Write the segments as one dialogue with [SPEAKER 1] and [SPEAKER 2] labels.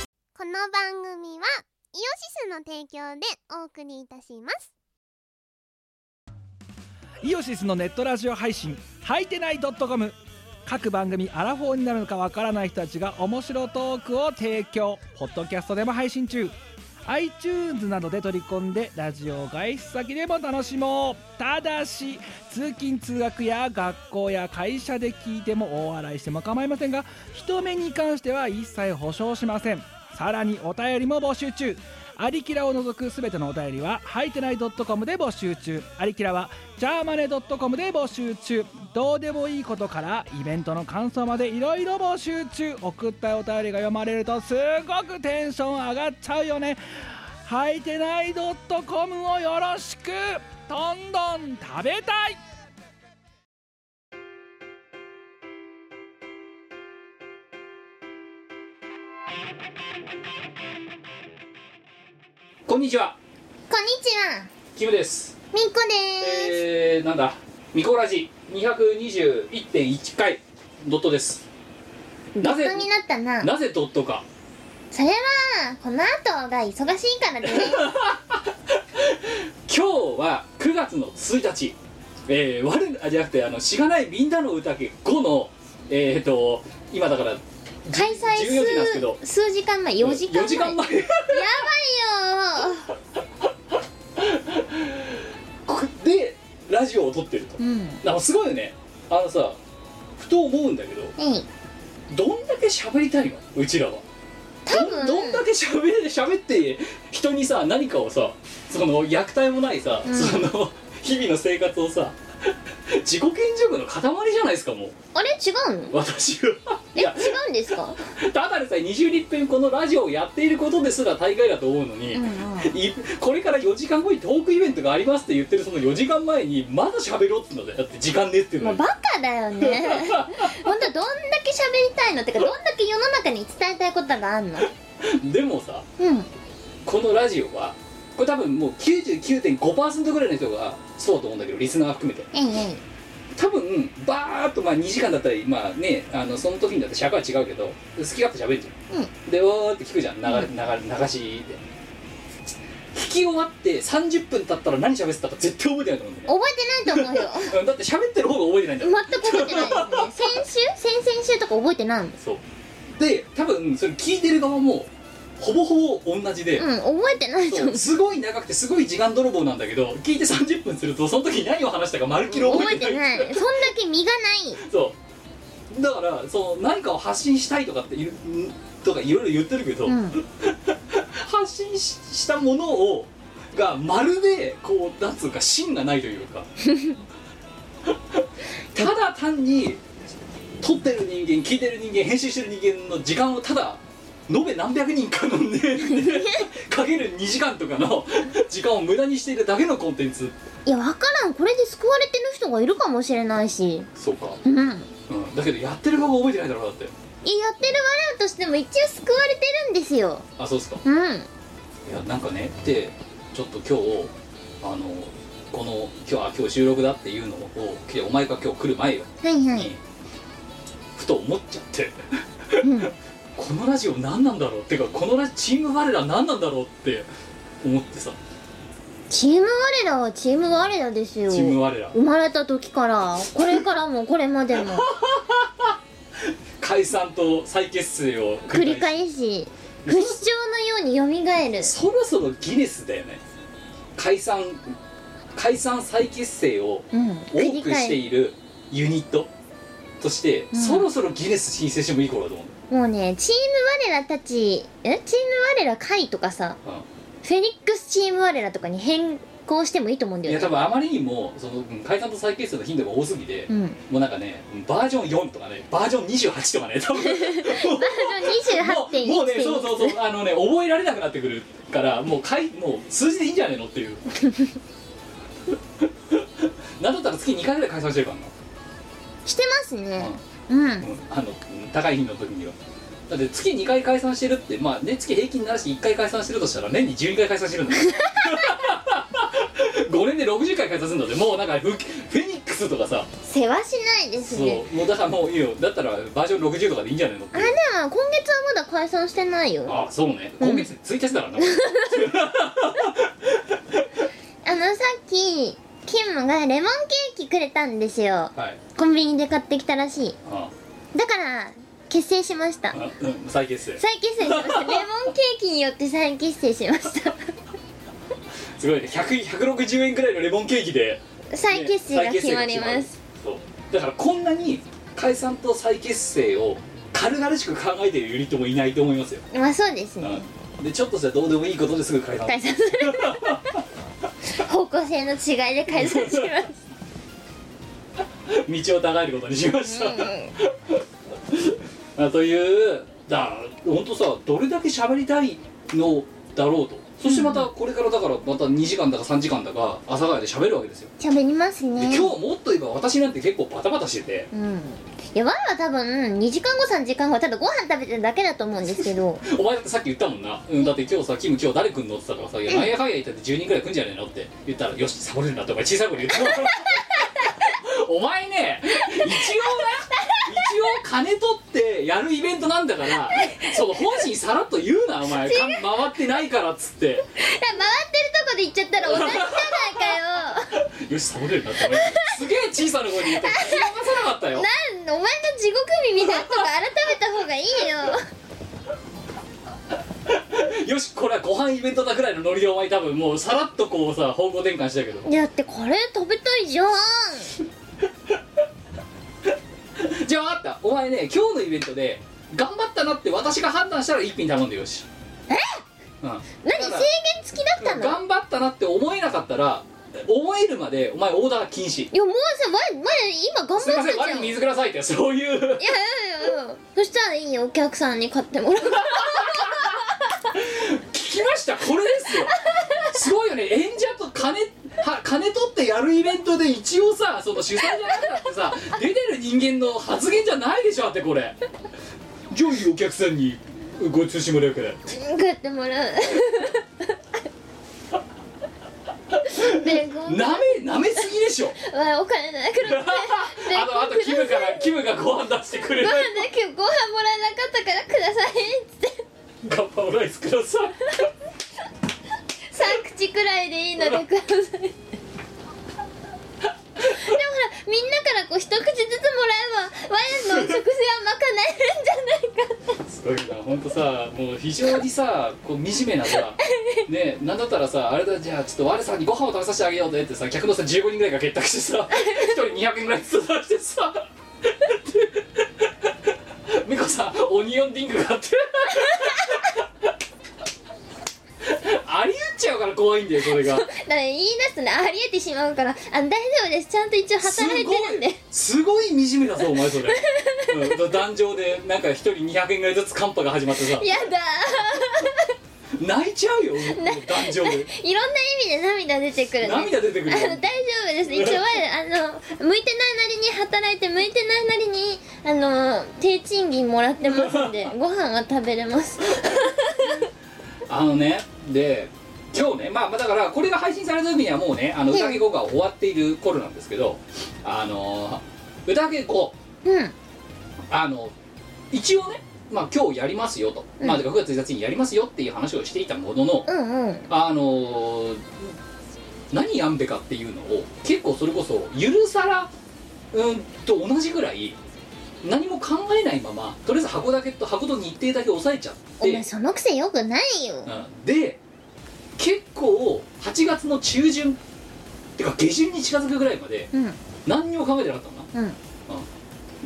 [SPEAKER 1] の番組はイオシスの提供でお送りいたします
[SPEAKER 2] イオシスのネットラジオ配信「はいてない .com」各番組アラフォーになるのかわからない人たちが面白トークを提供ポッドキャストでも配信中 iTunes などで取り込んでラジオ外出先でも楽しもうただし通勤通学や学校や会社で聞いても大笑いしても構いませんが人目に関しては一切保証しませんさらにお便りも募集中アリキラを除くすべてのお便りは、はいてない .com で募集中。アリキラは、ジャーマネ .com で募集中。どうでもいいことから、イベントの感想までいろいろ募集中。送ったお便りが読まれると、すごくテンション上がっちゃうよね。はいてない .com をよろしくどんどん食べたい
[SPEAKER 3] こんにちは、
[SPEAKER 1] こんにちは
[SPEAKER 3] キムです。
[SPEAKER 1] みっこでーす、
[SPEAKER 3] えー、なんだ、ミコラジ221.1回、ドットです。な
[SPEAKER 1] 本
[SPEAKER 3] ぜ
[SPEAKER 1] 当、になったな
[SPEAKER 3] なぜドットか。
[SPEAKER 1] それはこの後が忙しいから でね
[SPEAKER 3] 今日は9月の1日、えー、我らあじゃなくて、あの、しがないみんなの宴5の、えーと、今だから、
[SPEAKER 1] 開催
[SPEAKER 3] 14時なんですけど
[SPEAKER 1] 数数時間前4時間前
[SPEAKER 3] 4時間前。
[SPEAKER 1] やばいよ
[SPEAKER 3] で、ラジオを撮ってると
[SPEAKER 1] ー。うん
[SPEAKER 3] なんかすごいよね。あのさ、ふと思うんだけど、
[SPEAKER 1] えい
[SPEAKER 3] どんだけ喋りたいのうちらは。
[SPEAKER 1] 多
[SPEAKER 3] ど
[SPEAKER 1] 分
[SPEAKER 3] んどんだけ喋れ喋って人にさ何かをさその虐待もないさ、
[SPEAKER 1] うん
[SPEAKER 3] その日々の生活をさ自己顕示欲の塊じゃないですかもう
[SPEAKER 1] あれ違うの
[SPEAKER 3] 私は
[SPEAKER 1] え
[SPEAKER 3] いや
[SPEAKER 1] 違うんですか
[SPEAKER 3] ただでさえ20日分このラジオをやっていることですら大概だと思うのに、
[SPEAKER 1] うんうん
[SPEAKER 3] いこれから4時間後にトークイベントがありますって言ってるその4時間前にまだ喋ろうって言うんだよだって時間ねっていう
[SPEAKER 1] も
[SPEAKER 3] の
[SPEAKER 1] う
[SPEAKER 3] に
[SPEAKER 1] バカだよ ね本当どんだけ喋りたいのってかどんだけ世の中に伝えたいことがあんの
[SPEAKER 3] でもさ
[SPEAKER 1] うん
[SPEAKER 3] このラジオはこれ多分もう99.5%ぐらいの人がそうだと思うんだけどリスナー含めて
[SPEAKER 1] えいえい
[SPEAKER 3] 多分バーッとまあ2時間だったりまあねあのその時にだって尺は違うけど好き勝手喋るじゃん、でわーって聞くじゃん流れ流れ流しで聞き終わって30分経ったら何喋ってたか絶対覚えてないと思うんだよ
[SPEAKER 1] 覚えてないと思うよ
[SPEAKER 3] ねうんだって喋ってる方が覚えてないんだ
[SPEAKER 1] 全
[SPEAKER 3] よ、
[SPEAKER 1] く覚えてないですね先週先々週とか覚えてないの
[SPEAKER 3] そうで多分それ聞いてる側もほぼほぼ同じで、
[SPEAKER 1] うん覚えてないと
[SPEAKER 3] そ
[SPEAKER 1] 思う
[SPEAKER 3] うすごい長くてすごい時間泥棒なんだけど聞いて30分するとその時に何を話したかまるっきり覚
[SPEAKER 1] 覚
[SPEAKER 3] え
[SPEAKER 1] え
[SPEAKER 3] て
[SPEAKER 1] て
[SPEAKER 3] ない
[SPEAKER 1] ないそんだけ身がない
[SPEAKER 3] そうだからその何かを発信したいとかっていうんとかいろいろ言ってるけど、
[SPEAKER 1] うん
[SPEAKER 3] 発信ししたものをがまるでこうなんつうか芯がないという かただ単に撮ってる人間聞いてる人間編集してる人間の時間をただ延べ何百人かの ねかける2時間とかの時間を無駄にしているだけのコンテンツ
[SPEAKER 1] いや分からんこれで救われてる人がいるかもしれないし
[SPEAKER 3] そうか、
[SPEAKER 1] うんいややっ
[SPEAKER 3] うん、だけどやってる側が覚えてないだろうだって
[SPEAKER 1] てる我々としても一応救われてるんですよ
[SPEAKER 3] あそうっすか
[SPEAKER 1] うん
[SPEAKER 3] いやなんかねでちょっと今日あのこの今日あ今日収録だっていうのをきお前が今日来る前よ
[SPEAKER 1] はいは
[SPEAKER 3] に、
[SPEAKER 1] い
[SPEAKER 3] ふと思っちゃって
[SPEAKER 1] うん
[SPEAKER 3] このラジオ何なんだろうってかこのラジチーム我ら何なんだろうって思ってさ
[SPEAKER 1] チーム我らはチーム我らですよ
[SPEAKER 3] チーム我ら
[SPEAKER 1] 生まれた時からこれからもこれまでも
[SPEAKER 3] 解散と再結成を
[SPEAKER 1] 繰り
[SPEAKER 3] し
[SPEAKER 1] 返 し不死鳥のように蘇る
[SPEAKER 3] そろそろギネスだよね解散解散再結成を
[SPEAKER 1] うん
[SPEAKER 3] 多
[SPEAKER 1] 繰り
[SPEAKER 3] くして
[SPEAKER 1] 返し
[SPEAKER 3] いるユニットとして、
[SPEAKER 1] うん
[SPEAKER 3] そろそろギネス申請してもいい頃だと思う
[SPEAKER 1] もうねチーム我らたちえチーム我ら会とかさ
[SPEAKER 3] うん
[SPEAKER 1] フェニックスチーム我らとかに変更してもいいと思うんだ
[SPEAKER 3] いや
[SPEAKER 1] よ
[SPEAKER 3] 多
[SPEAKER 1] ね
[SPEAKER 3] 分あまりにもそのうん解散と再結成の頻度が多すぎて、
[SPEAKER 1] うん、バー
[SPEAKER 3] もうなんかねバージョン4とかねバージョン28とかね多分
[SPEAKER 1] ジョン
[SPEAKER 3] もう
[SPEAKER 1] 28.1
[SPEAKER 3] もうねそうそうそうあのね覚えられなくなってくるからもうかいもう数字でいいんじゃねえのっ ていうなんだったら月2回ぐらい解散してるからな
[SPEAKER 1] してますねうん、
[SPEAKER 3] うんあのうん高い頻度の時にはだって月2回解散してるってまあね月平均ならし1回解散してるとしたら年に12回解散してるんだよ5年で60回解散するんだってもうなんかフフェニッククスとかさ
[SPEAKER 1] 世話しないです
[SPEAKER 3] そ
[SPEAKER 1] ね
[SPEAKER 3] うもうだからもういいよだったらバージョン60とかでいいんじゃないのって
[SPEAKER 1] あら今月はまだ解散してないよ
[SPEAKER 3] あそうね
[SPEAKER 1] うん
[SPEAKER 3] 今月1日だからな、
[SPEAKER 1] あのさっきキムがレモンケーキくれたんですよ
[SPEAKER 3] はい
[SPEAKER 1] コンビニで買ってきたらしい
[SPEAKER 3] あ
[SPEAKER 1] だから結成しました
[SPEAKER 3] あうん再結成
[SPEAKER 1] 再結成しましたレ モンケーキによって再結成しました
[SPEAKER 3] すごいね100 160円くらいのレモンケーキで
[SPEAKER 1] 再結成が決まります
[SPEAKER 3] そうだからこんなに解散と再結成を軽々しく考えてるユニットもいないと思いますよ、
[SPEAKER 1] まあそうですね
[SPEAKER 3] うんでちょっとしたどうでもいいことですぐ解散
[SPEAKER 1] 解散する 方向性の違いで解散しま
[SPEAKER 3] 道をたがえることにしまし
[SPEAKER 1] す、
[SPEAKER 3] た、
[SPEAKER 1] う
[SPEAKER 3] あ というだ本当さどれだけ喋りたいのだろうとそしてまたこれからだからまた2時間だか3時間だか阿佐ヶ谷で喋るわけですよ、
[SPEAKER 1] ん、喋ります
[SPEAKER 3] で
[SPEAKER 1] ね
[SPEAKER 3] 今日もっと言えば私なんて結構バタバタしてて
[SPEAKER 1] うんいやワンは多分2時間後3時間後ただご飯食べてるだけだと思うんですけ ど
[SPEAKER 3] お前さっき言ったもんな、うん、だって今日さキム今日誰来んのって言ったからさ「いやなんやかんや言ったって10人くらい来んじゃねえの?」って言ったら「よしサボれるな」ってお前小さい声で言った お前ね一応な一応金取ってやるイベントなんだからその本心さらっと言うなお前か回ってないからっつって
[SPEAKER 1] 回ってるとこで行っちゃったら同じじゃない かよ
[SPEAKER 3] 「よしサボれるな」ってお前すげえ小さな声で言ったら聞き流さなかった
[SPEAKER 1] な
[SPEAKER 3] よ
[SPEAKER 1] んお前の地獄耳なんとか改めた方がいいよ
[SPEAKER 3] よしこれはご飯イベントだぐらいのノリでお前多分もうさらっとこうさ方向転換したけど
[SPEAKER 1] だってカレー食べたいじゃん
[SPEAKER 3] じゃあ分かったお前ね今日のイベントで頑張ったなって私が判断したら一品頼んでよしえ、うん、
[SPEAKER 1] 何
[SPEAKER 3] だ
[SPEAKER 1] 制限
[SPEAKER 3] から
[SPEAKER 1] 付きだったのい
[SPEAKER 3] 頑張ったなって思えなかったら思えるまでお前オーダー禁止
[SPEAKER 1] やもうさ前前今頑張っ
[SPEAKER 3] すいま
[SPEAKER 1] た
[SPEAKER 3] せん
[SPEAKER 1] じゃ
[SPEAKER 3] 我
[SPEAKER 1] んい
[SPEAKER 3] に
[SPEAKER 1] や
[SPEAKER 3] 水くださいってそうい
[SPEAKER 1] いや
[SPEAKER 3] う
[SPEAKER 1] いやいやそしたらいいよお客さんに買っても らう
[SPEAKER 3] 聞きましたこれですよすごいよね演者と金は金取ってやるイベントで一応さその主催じゃなくたってさ出てる人間の発言じゃないでしょだってこれ上位お客さんにご通してもらうから
[SPEAKER 1] 買ってもらうねえごめん
[SPEAKER 3] なめなめすぎでしょ
[SPEAKER 1] わお金ないからね
[SPEAKER 3] あのあとキムからキムがご飯出してくれ
[SPEAKER 1] ご
[SPEAKER 3] る
[SPEAKER 1] 飯だけご飯もらえなかったからくださいっつって
[SPEAKER 3] ガッパオライスください
[SPEAKER 1] 3口くらいでいいのでくださいでもほらみんなからこう一口ずつもらえばワインの食事は賄えるんじゃないか
[SPEAKER 3] すごいな本当さもう非常にさこう惨めなさねなんだったらさあれだじゃあちょっと我さんにご飯を食べさせてあげようぜってさ客のさ15人ぐらいが結託してさ1人200円ぐらいずつ出してさ美子さんオニオンリング買 ってありえちゃうから怖いんだよそれが
[SPEAKER 1] だから言い出すとねありえてしまうからあ大丈夫ですちゃんと一応働いてるんで
[SPEAKER 3] ですごい惨めだぞお前それ、うん、壇上でなんか一人200円ぐらいずつカンパが始まってさ
[SPEAKER 1] やだ
[SPEAKER 3] 泣いちゃうよもう壇上で
[SPEAKER 1] ーいろんな意味で涙出てくるね
[SPEAKER 3] 涙出てく
[SPEAKER 1] あ
[SPEAKER 3] るよ
[SPEAKER 1] の大丈夫です一応はあの向いてないなりに働いて向いてないなりにあの低賃金もらってますん でご飯は食べれます
[SPEAKER 3] あのねで今日ねまあまあだからこれが配信された時にはもうねあの
[SPEAKER 1] うん
[SPEAKER 3] 宴5が終わっている頃なんですけどあの宴5
[SPEAKER 1] うん
[SPEAKER 3] あの一応ねまあ今日やりますよと、
[SPEAKER 1] うん
[SPEAKER 3] まあてか9月1日にやりますよっていう話をしていたものの
[SPEAKER 1] うんうん
[SPEAKER 3] あの何やんべかっていうのを結構それこそゆるさらうんと同じぐらい何も考えないままとりあえず箱だけと箱と日程だけ押さえちゃっ
[SPEAKER 1] お
[SPEAKER 3] て
[SPEAKER 1] 前そのくせよくないよ
[SPEAKER 3] で結構8月の中旬ってか下旬に近づくぐらいまで
[SPEAKER 1] うんうん
[SPEAKER 3] 何にも考えてなかったのな
[SPEAKER 1] うん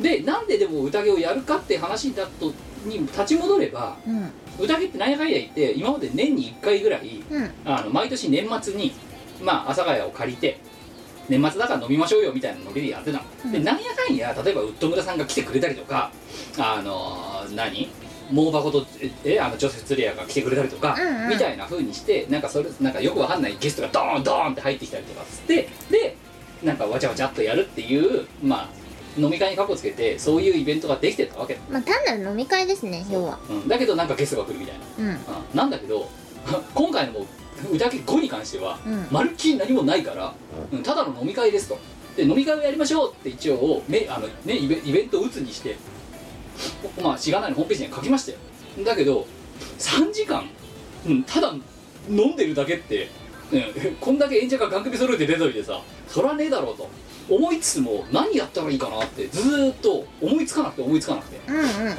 [SPEAKER 3] でなんででも宴をやるかって話だとに立ち戻れば
[SPEAKER 1] うん
[SPEAKER 3] 宴って何やかんや言って今まで年に1回ぐらい
[SPEAKER 1] うん
[SPEAKER 3] あの毎年年末にまあ阿佐ヶ谷を借りて年末だから飲みましょうよみたいなノリでやってたの、
[SPEAKER 1] うん
[SPEAKER 3] でなんやかんや例えばウッド村さんが来てくれたりとかあのー何モーバコとえあのジョセフ・ツレアが来てくれたりとか、
[SPEAKER 1] うんうん
[SPEAKER 3] みたいな風にしてなんかそれなんかよくわかんないゲストがドーンドーンって入ってきたりとかっつってでなんかわちゃわちゃっとやるっていうまあ飲み会にカッコつけてそういうイベントができてたわけ、
[SPEAKER 1] まあ単なる飲み会ですね要は
[SPEAKER 3] うん、だけどなんかゲストが来るみたいな
[SPEAKER 1] うんうん
[SPEAKER 3] うんなんだけど 今回のもう宴5に関しては
[SPEAKER 1] うん
[SPEAKER 3] まるっきり何もないから、うんただの飲み会ですとで飲み会をやりましょうって一応めあの、ね、イベイベントを打つにしてまあしがないのホームページには書きましたよだけど3時間、うん、ただ飲んでるだけって、うん、 こんだけ演者が番組揃えて出といてさそらねえだろうと思いつつも何やったらいいかなってずーっと思いつかなくて思いつかなくて
[SPEAKER 1] うんうん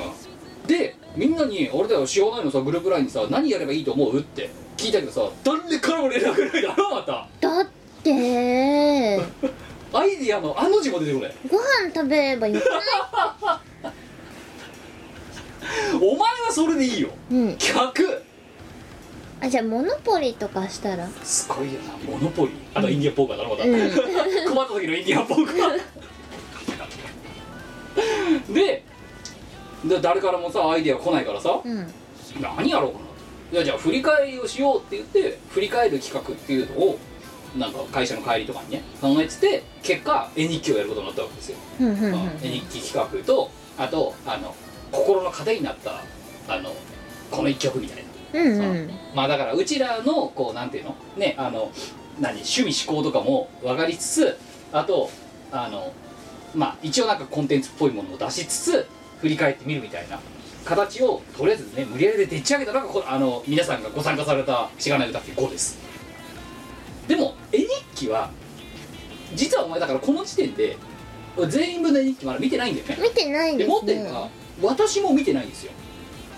[SPEAKER 3] でみんなに「あれだよしがないのさグループラインにさ何やればいいと思う?」って聞いたけどさ誰からも連絡ないだろまた
[SPEAKER 1] だって
[SPEAKER 3] アイディアのあの字も出てこない
[SPEAKER 1] ご飯食べればよくない
[SPEAKER 3] お前はそれでいいよ
[SPEAKER 1] うん
[SPEAKER 3] 客
[SPEAKER 1] あじゃあモノポリとかしたら
[SPEAKER 3] すごいよなモノポリあとインディアンポーカーだろまた、困った時のインディアンポーカーでで誰からもさアイディア来ないからさ
[SPEAKER 1] うん
[SPEAKER 3] 何やろうかなじゃあじゃあ振り返りをしようって言って振り返る企画っていうのをなんか会社の帰りとかにね考えてて結果絵日記をやることになったわけですよ、
[SPEAKER 1] うんうんうん
[SPEAKER 3] まあ絵日記企画とあとあの心の糧になったあのこの一曲みたいな
[SPEAKER 1] うんうん
[SPEAKER 3] まあだからうちらのこうなんていうのねあの何趣味思考とかも分かりつつあとあのまあ一応なんかコンテンツっぽいものを出しつつ振り返ってみるみたいな形をとりあえずね無理やりででっち上げたのがこあの皆さんがご参加された「しがない歌」って5ですでも絵日記は実はお前だからこの時点で全員分の絵日記まだ見てないんだよね
[SPEAKER 1] 見てない
[SPEAKER 3] で
[SPEAKER 1] で
[SPEAKER 3] 持っ
[SPEAKER 1] す
[SPEAKER 3] てるの
[SPEAKER 1] ね
[SPEAKER 3] は私も見てないんですよ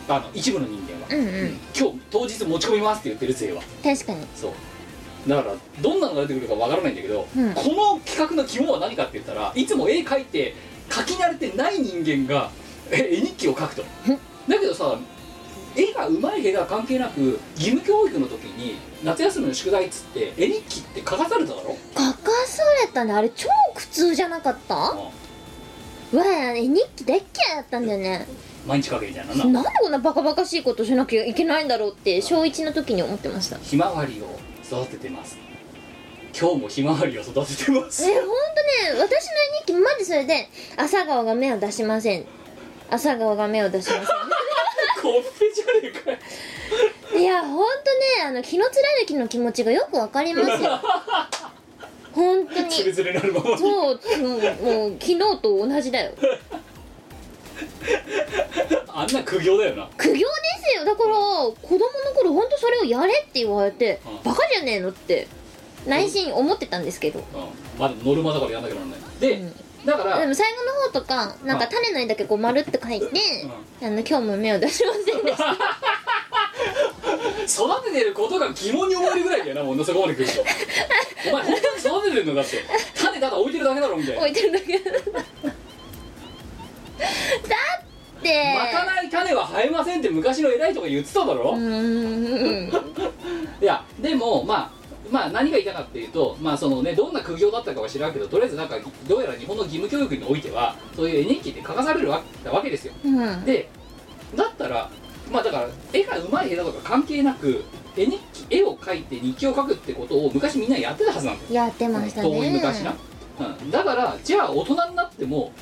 [SPEAKER 3] あの一部の人間は、
[SPEAKER 1] うんうん
[SPEAKER 3] 今日当日持ち込みますって言ってる勢は
[SPEAKER 1] 確かに
[SPEAKER 3] そうだからどんなのが出てくるかわからないんだけど、
[SPEAKER 1] うん
[SPEAKER 3] この企画の肝は何かって言ったらいつも絵描いて描き慣れてない人間がえ絵日記を 描くとだけどさ絵がうまい絵が関係なく義務教育の時に夏休みの宿題っつって絵日記って書かされただろ、
[SPEAKER 1] 書かされたねあれ超苦痛じゃなかったわあれ日記でっけえだったんだよね
[SPEAKER 3] 毎日描けみたいな
[SPEAKER 1] なんでこんなバカバカしいことしなきゃいけないんだろうって小1の時に思ってました
[SPEAKER 3] ひまわりを育ててます今日もひまわりを育ててま
[SPEAKER 1] え
[SPEAKER 3] す
[SPEAKER 1] ほんとね私の日記マジそれで「朝顔が目を出しません」「朝顔が目を出しま
[SPEAKER 3] コッペじゃねえかよ
[SPEAKER 1] せん」いやほんとねあの日の貫きの気持ちがよくわかります よほんと
[SPEAKER 3] つれ
[SPEAKER 1] に
[SPEAKER 3] つれなるままに
[SPEAKER 1] そうもうもう昨日と同じだよ
[SPEAKER 3] あんな苦行だよな
[SPEAKER 1] 苦行ですよだから子供の頃ほんとそれをやれって言われて
[SPEAKER 3] うん
[SPEAKER 1] バカじゃねえのって内心思ってたんですけど
[SPEAKER 3] うんまだノルマだからやんなきゃならないで、だから
[SPEAKER 1] でも最後の方とかなんか種の絵だけこう丸って書いてあの今日も目を出しませんでした
[SPEAKER 3] 育ててることが疑問に思えるぐらいだよなもうそこまで来るとお前本当に育ててるのだって種ただ置いてるだけだろみたいな
[SPEAKER 1] 置いてるだけ だって
[SPEAKER 3] まかない種は生えませんって昔の偉いとか言ってただろ、
[SPEAKER 1] うーん
[SPEAKER 3] いやでもまあまあ何が言いたかっていうとまあそのねどんな苦行だったかは知らんけどとりあえずなんかどうやら日本の義務教育においてはそういう絵日記って書かされるわわけですよ
[SPEAKER 1] うん
[SPEAKER 3] でだったらまあだから絵が上手い下手とか関係なく絵日記絵を描いて日記を書くってことを昔みんなやってたはずなんだよ
[SPEAKER 1] やってましたね
[SPEAKER 3] 遠い昔な、うん、だからじゃあ大人になっても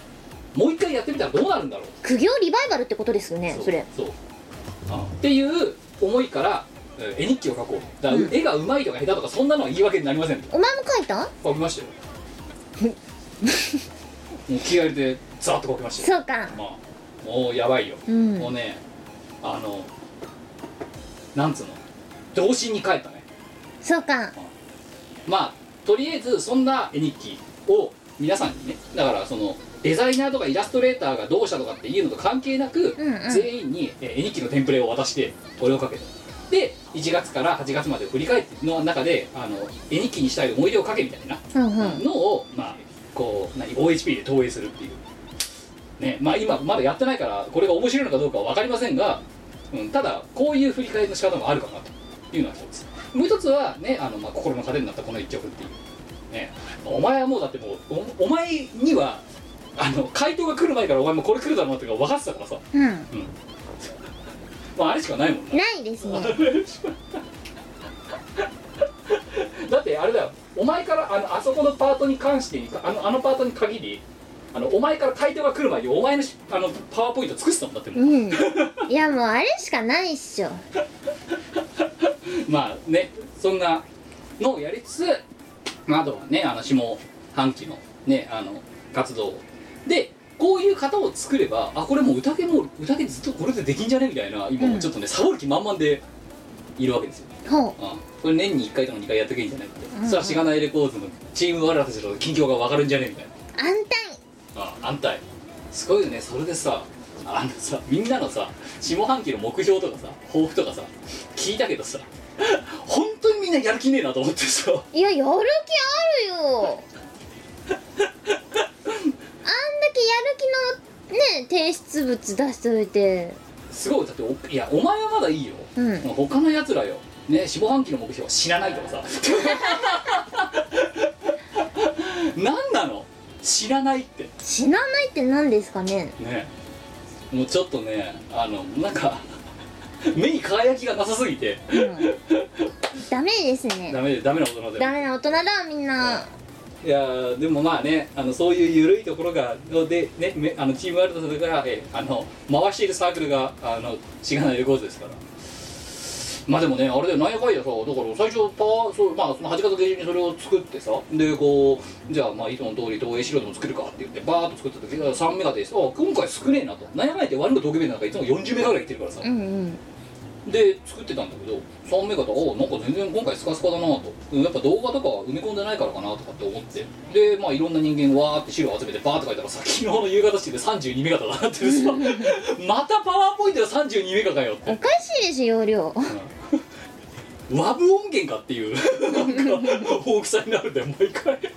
[SPEAKER 3] もう一回やってみたらどうなるんだろう
[SPEAKER 1] 苦行リバイバルってことですよね
[SPEAKER 3] う
[SPEAKER 1] それ
[SPEAKER 3] そう、うんっていう思いからうん絵日記を描こうだから
[SPEAKER 1] うん
[SPEAKER 3] 絵が上手いとか下手とかそんなのは言い訳になりませんと
[SPEAKER 1] お前も書いた
[SPEAKER 3] 書きました よもう気合い入れてザーッと書きましたよ、
[SPEAKER 1] そうか
[SPEAKER 3] まあ、もうやばいよ
[SPEAKER 1] うん
[SPEAKER 3] もうねあのなんつうの童心に帰ったね
[SPEAKER 1] そうか
[SPEAKER 3] まあとりあえずそんな絵日記を皆さんにねだからそのデザイナーとかイラストレーターがどうしたとかっていうのと関係なく、
[SPEAKER 1] うんうん
[SPEAKER 3] 全員にえ絵日記のテンプレを渡してこれをかけたで1月から8月まで振り返っての中であの絵日記にしたい思い出をかけみたいな
[SPEAKER 1] うんうん
[SPEAKER 3] のを、まあこう何 OHP で投影するっていうねまあ今まだやってないからこれが面白いのかどうかは分かりませんが、うん、ただこういう振り返りの仕方もあるかなというのは一つもう一つはねあの、まあ、心の糧になったこの一曲っていうねお前はもうだってもうおお前にはあの回答が来る前からお前もこれ来るだろうなっていうのが分かってたからさ、
[SPEAKER 1] うん
[SPEAKER 3] うんまああれしかないもんな
[SPEAKER 1] ないですね
[SPEAKER 3] だってあれだよお前からあのあそこのパートに関してにあのあのパートに限りあのお前から回答が来る前にお前のしあのパワーポイント尽くしたもんだってもう
[SPEAKER 1] うんいやもうあれしかないっしょ
[SPEAKER 3] まあねそんなのをやりつつまああとはねあの下半期のねあの活動をでこういう方を作ればあこれもう宴も宴ずっとこれでできんじゃねみたいな今もうちょっとね、サボる気満々でいるわけですよ、
[SPEAKER 1] ほ
[SPEAKER 3] うん、これ年に1回とか2回やっとけばいいんじゃないかって、
[SPEAKER 1] うん
[SPEAKER 3] それはしがないレコーズのチーム我らたちの近況が分かるんじゃねみたいな
[SPEAKER 1] う安泰
[SPEAKER 3] あ安泰すごいよねそれでさあのさみんなのさ下半期の目標とかさ抱負とかさ聞いたけどさ 本当にみんなやる気ねえなと思ってさ
[SPEAKER 1] いややる気あるよあんだけやる気のね提出物出しといて
[SPEAKER 3] すごいだっておいやお前はまだいいよ、
[SPEAKER 1] うん
[SPEAKER 3] 他のやつらよね下半期の目標は死なないとかさ 何なの知らないって
[SPEAKER 1] 死なないって何ですかね
[SPEAKER 3] ねもうちょっとねあのなんか 目に輝きがなさすぎて
[SPEAKER 1] うんダメですね
[SPEAKER 3] ダメでダメな大人だよ
[SPEAKER 1] ダメな大人だみんない
[SPEAKER 3] やーでもまあねあのそういう緩いところがでねめあのチームワールドとからえあの回しているサークルがあのしがないレコーズですからまあでもねあれだよなんやかんやさだから最初パワーそうまあその8月下旬にそれを作ってさでこうじゃあまあいつもの通り東映資料でも作るかって言ってバーッと作った時3メガですあ今回少ねえなとなんやかんやってワルのドキュメントなんかいつも40メガぐらいいってるからさ
[SPEAKER 1] うんうん
[SPEAKER 3] で作ってたんだけど3メガとおなんか全然今回スカスカだなとうんやっぱ動画とか埋め込んでないからかなとかって思ってでまあいろんな人間わーって資料集めてバーって書いたらさ昨日の夕方してで32メガだなってさ またパワーポイントで32メガかよって
[SPEAKER 1] おかしいでしょ容量
[SPEAKER 3] ワブ音源かっていうなんか大きさになるんだよ毎回だか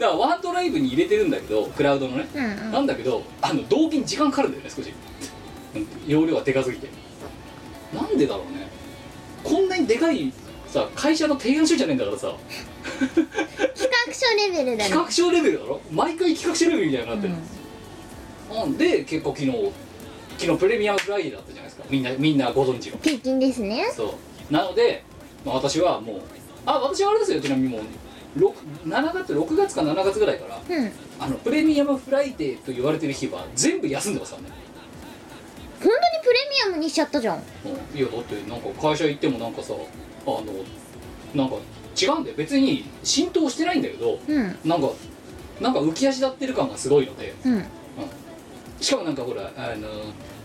[SPEAKER 3] らワンドライブに入れてるんだけどクラウドのね、
[SPEAKER 1] うんうん
[SPEAKER 3] なんだけどあの同期に時間かかるんだよね少しうん容量がでかすぎてなんでだろうねこんなにでかいさ会社の提案書じゃねえんだからさ
[SPEAKER 1] 企画書レベルだ
[SPEAKER 3] 企
[SPEAKER 1] ね
[SPEAKER 3] 画書レベルだろ毎回企画書レベルみたいになってる
[SPEAKER 1] うん、
[SPEAKER 3] うん、で結構昨日昨日プレミアムフライデーだったじゃないですかみんなみんなご存知の
[SPEAKER 1] 平均ですね
[SPEAKER 3] そうなので、まあ、私はもうあ私はあれですよちなみにもう六7月6月か7月ぐらいから
[SPEAKER 1] うん
[SPEAKER 3] あのプレミアムフライデーと言われてる日は全部休んでますからね
[SPEAKER 1] 本当にプレミアムにしちゃったじゃん
[SPEAKER 3] うんいやだってなんか会社行ってもなんかさあのなんか違うんだよ別に浸透してないんだけど
[SPEAKER 1] うん
[SPEAKER 3] なんかなんか浮き足立ってる感がすごいので
[SPEAKER 1] うん
[SPEAKER 3] しかもなんかほらあの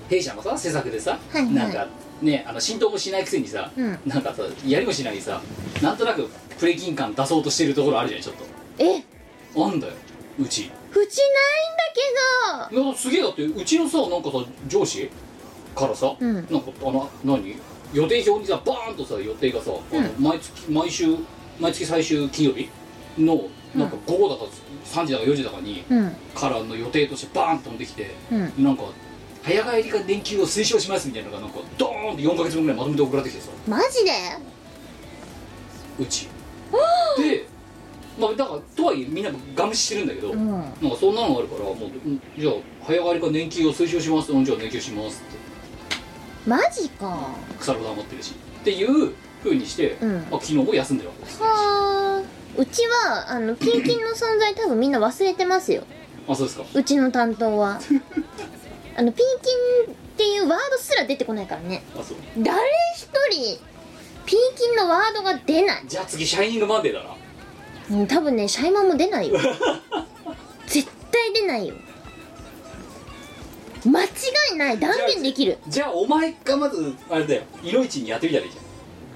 [SPEAKER 3] 弊社のさ施策でさ、
[SPEAKER 1] はいはい
[SPEAKER 3] なんかねあの浸透もしないくせにさ、
[SPEAKER 1] うん
[SPEAKER 3] なんかさやりもしないさなんとなくプレキン感出そうとしてるところあるじゃないちょっ
[SPEAKER 1] え
[SPEAKER 3] とあんだようち
[SPEAKER 1] うちないんだ
[SPEAKER 3] いやすげえだってうちのさなんかさ上司からさ、
[SPEAKER 1] うん
[SPEAKER 3] なんかあの何予定表にさバーンとさ予定がさ、あの
[SPEAKER 1] うん
[SPEAKER 3] 毎月毎週毎月最終金曜日のなんか午後だか3時だか4時だかに、
[SPEAKER 1] けどうん
[SPEAKER 3] からの予定としてバーンと飛んできて、
[SPEAKER 1] うん
[SPEAKER 3] なんか早帰りか連休を推奨しますみたいなのがなんかドーンって4ヶ月分ぐらいまとめて送られてきてさ
[SPEAKER 1] マジで
[SPEAKER 3] うちでまあだからとはいえみんなが無視してるんだけど、
[SPEAKER 1] うん
[SPEAKER 3] なんかそんなのがあるからもうんじゃあ早帰りか年金を推奨しますうんじゃあ年金しますって
[SPEAKER 1] マジか
[SPEAKER 3] 腐るほど余ってるしっていうふうにして、
[SPEAKER 1] うん
[SPEAKER 3] まあ、昨日も休んでるわけです
[SPEAKER 1] はあうちはあのピンキンの存在多分みんな忘れてますよ
[SPEAKER 3] あそうですか
[SPEAKER 1] うちの担当 はあのピンキンっていうワードすら出てこないからね
[SPEAKER 3] あそう
[SPEAKER 1] 誰一人ピンキンのワードが出ない
[SPEAKER 3] じゃあ次シャイニングマンデーだな
[SPEAKER 1] うん多分ねシャイマンも出ないよ 絶対出ないよ間違いない断言できる
[SPEAKER 3] じゃあお前がまずあれだよいのいちにやってみたらいいじ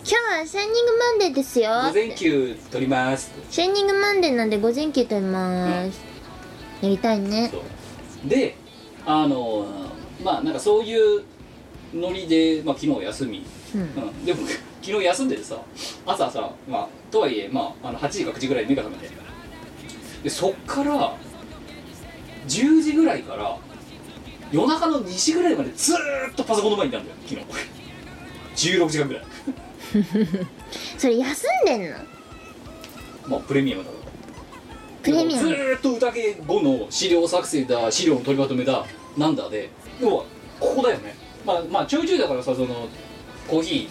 [SPEAKER 1] 今日はシャイニングマンデーですよ
[SPEAKER 3] ゃん
[SPEAKER 1] っ
[SPEAKER 3] 午前
[SPEAKER 1] て
[SPEAKER 3] 休取りますって
[SPEAKER 1] シャイニングマンデーなんで午前休取ります、やりたいね
[SPEAKER 3] そうであのまあなんかそういうノリで、まあ、昨日休み、
[SPEAKER 1] うん
[SPEAKER 3] うん、でも 昨日休んでてさ朝さ、まあ、とはいえ、まあ、あの8時か9時ぐらいに目が覚めてでそっから10時ぐらいから夜中の2時ぐらいまでずーっとパソコンの前にいたんだよ 昨日16時間ぐらい
[SPEAKER 1] それ休んでんの
[SPEAKER 3] まあプレミアムだから
[SPEAKER 1] プレミア
[SPEAKER 3] ず
[SPEAKER 1] ム
[SPEAKER 3] ーっと宴後の資料作成だ資料の取りまとめだなんだで要はここだよねまあまあちょいちょいだからさそのコーヒー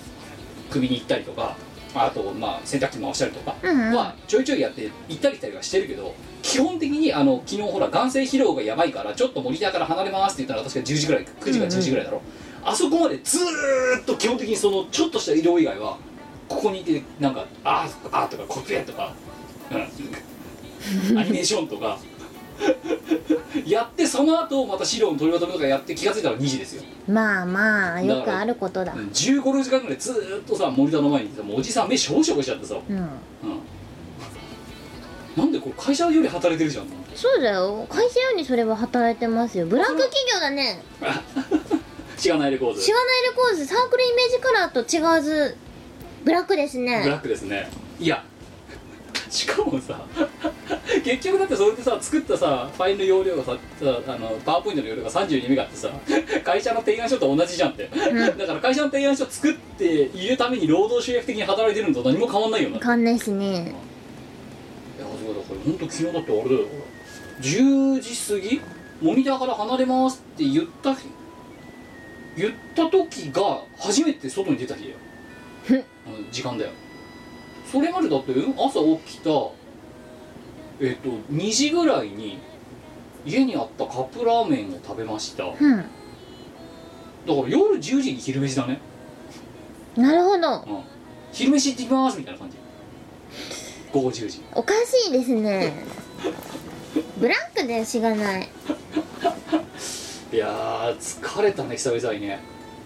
[SPEAKER 3] 首に行ったりとかあとまあ洗濯機回したりとか
[SPEAKER 1] うんうん
[SPEAKER 3] はちょいちょいやって行ったり来たりはしてるけど基本的にあの昨日ほら眼性疲労がやばいからちょっとモニターから離れますって言ったら確か10時ぐらい9時か10時ぐらいだろ、あそこまでずーっと基本的にそのちょっとした移動以外はここにいてなんかあーあーとかこっちやとかうんアニメーションとかやってその後また資料の取りまとめとかやって気が付いたら2時ですよ
[SPEAKER 1] まあまあよくあることだ
[SPEAKER 3] うん15時間ぐらいずーっとさモニターの前にいてさもうおじさん目しょぼしょぼしちゃってさ、
[SPEAKER 1] うん
[SPEAKER 3] うん、なんでこれ会社より働いてるじ ゃん
[SPEAKER 1] そうだよ会社よりそれは働いてますよブラック企業だね
[SPEAKER 3] 知らないレコード
[SPEAKER 1] しがないレコーズサークルイメージカラーと違わずブラックです
[SPEAKER 3] ブラ
[SPEAKER 1] ね
[SPEAKER 3] ックですねいやしかもさ結局だってそれでさ作ったさファイルの容量がささあのパワーポイントの容量が32メガってさ会社の提案書と同じじゃんって、
[SPEAKER 1] ん
[SPEAKER 3] だから会社の提案書作っているために労働集約的に働いてるのと何も変わんないよな
[SPEAKER 1] 変わんないしね
[SPEAKER 3] いやそうだこれ本当昨日だってあれだよ10時過ぎモニターから離れますって言った日言った時が初めて外に出た日だよ
[SPEAKER 1] ふん
[SPEAKER 3] うん時間だよそれまでだってうん朝起きたえっと2時ぐらいに家にあったカップラーメンを食べましただか
[SPEAKER 1] うん
[SPEAKER 3] ら夜10時に昼飯だね、
[SPEAKER 1] なるほど
[SPEAKER 3] うん、昼飯行ってきますみたいな感じ午後10時
[SPEAKER 1] おかしいですねブラックだよしがない
[SPEAKER 3] いやー疲れたね久々にね、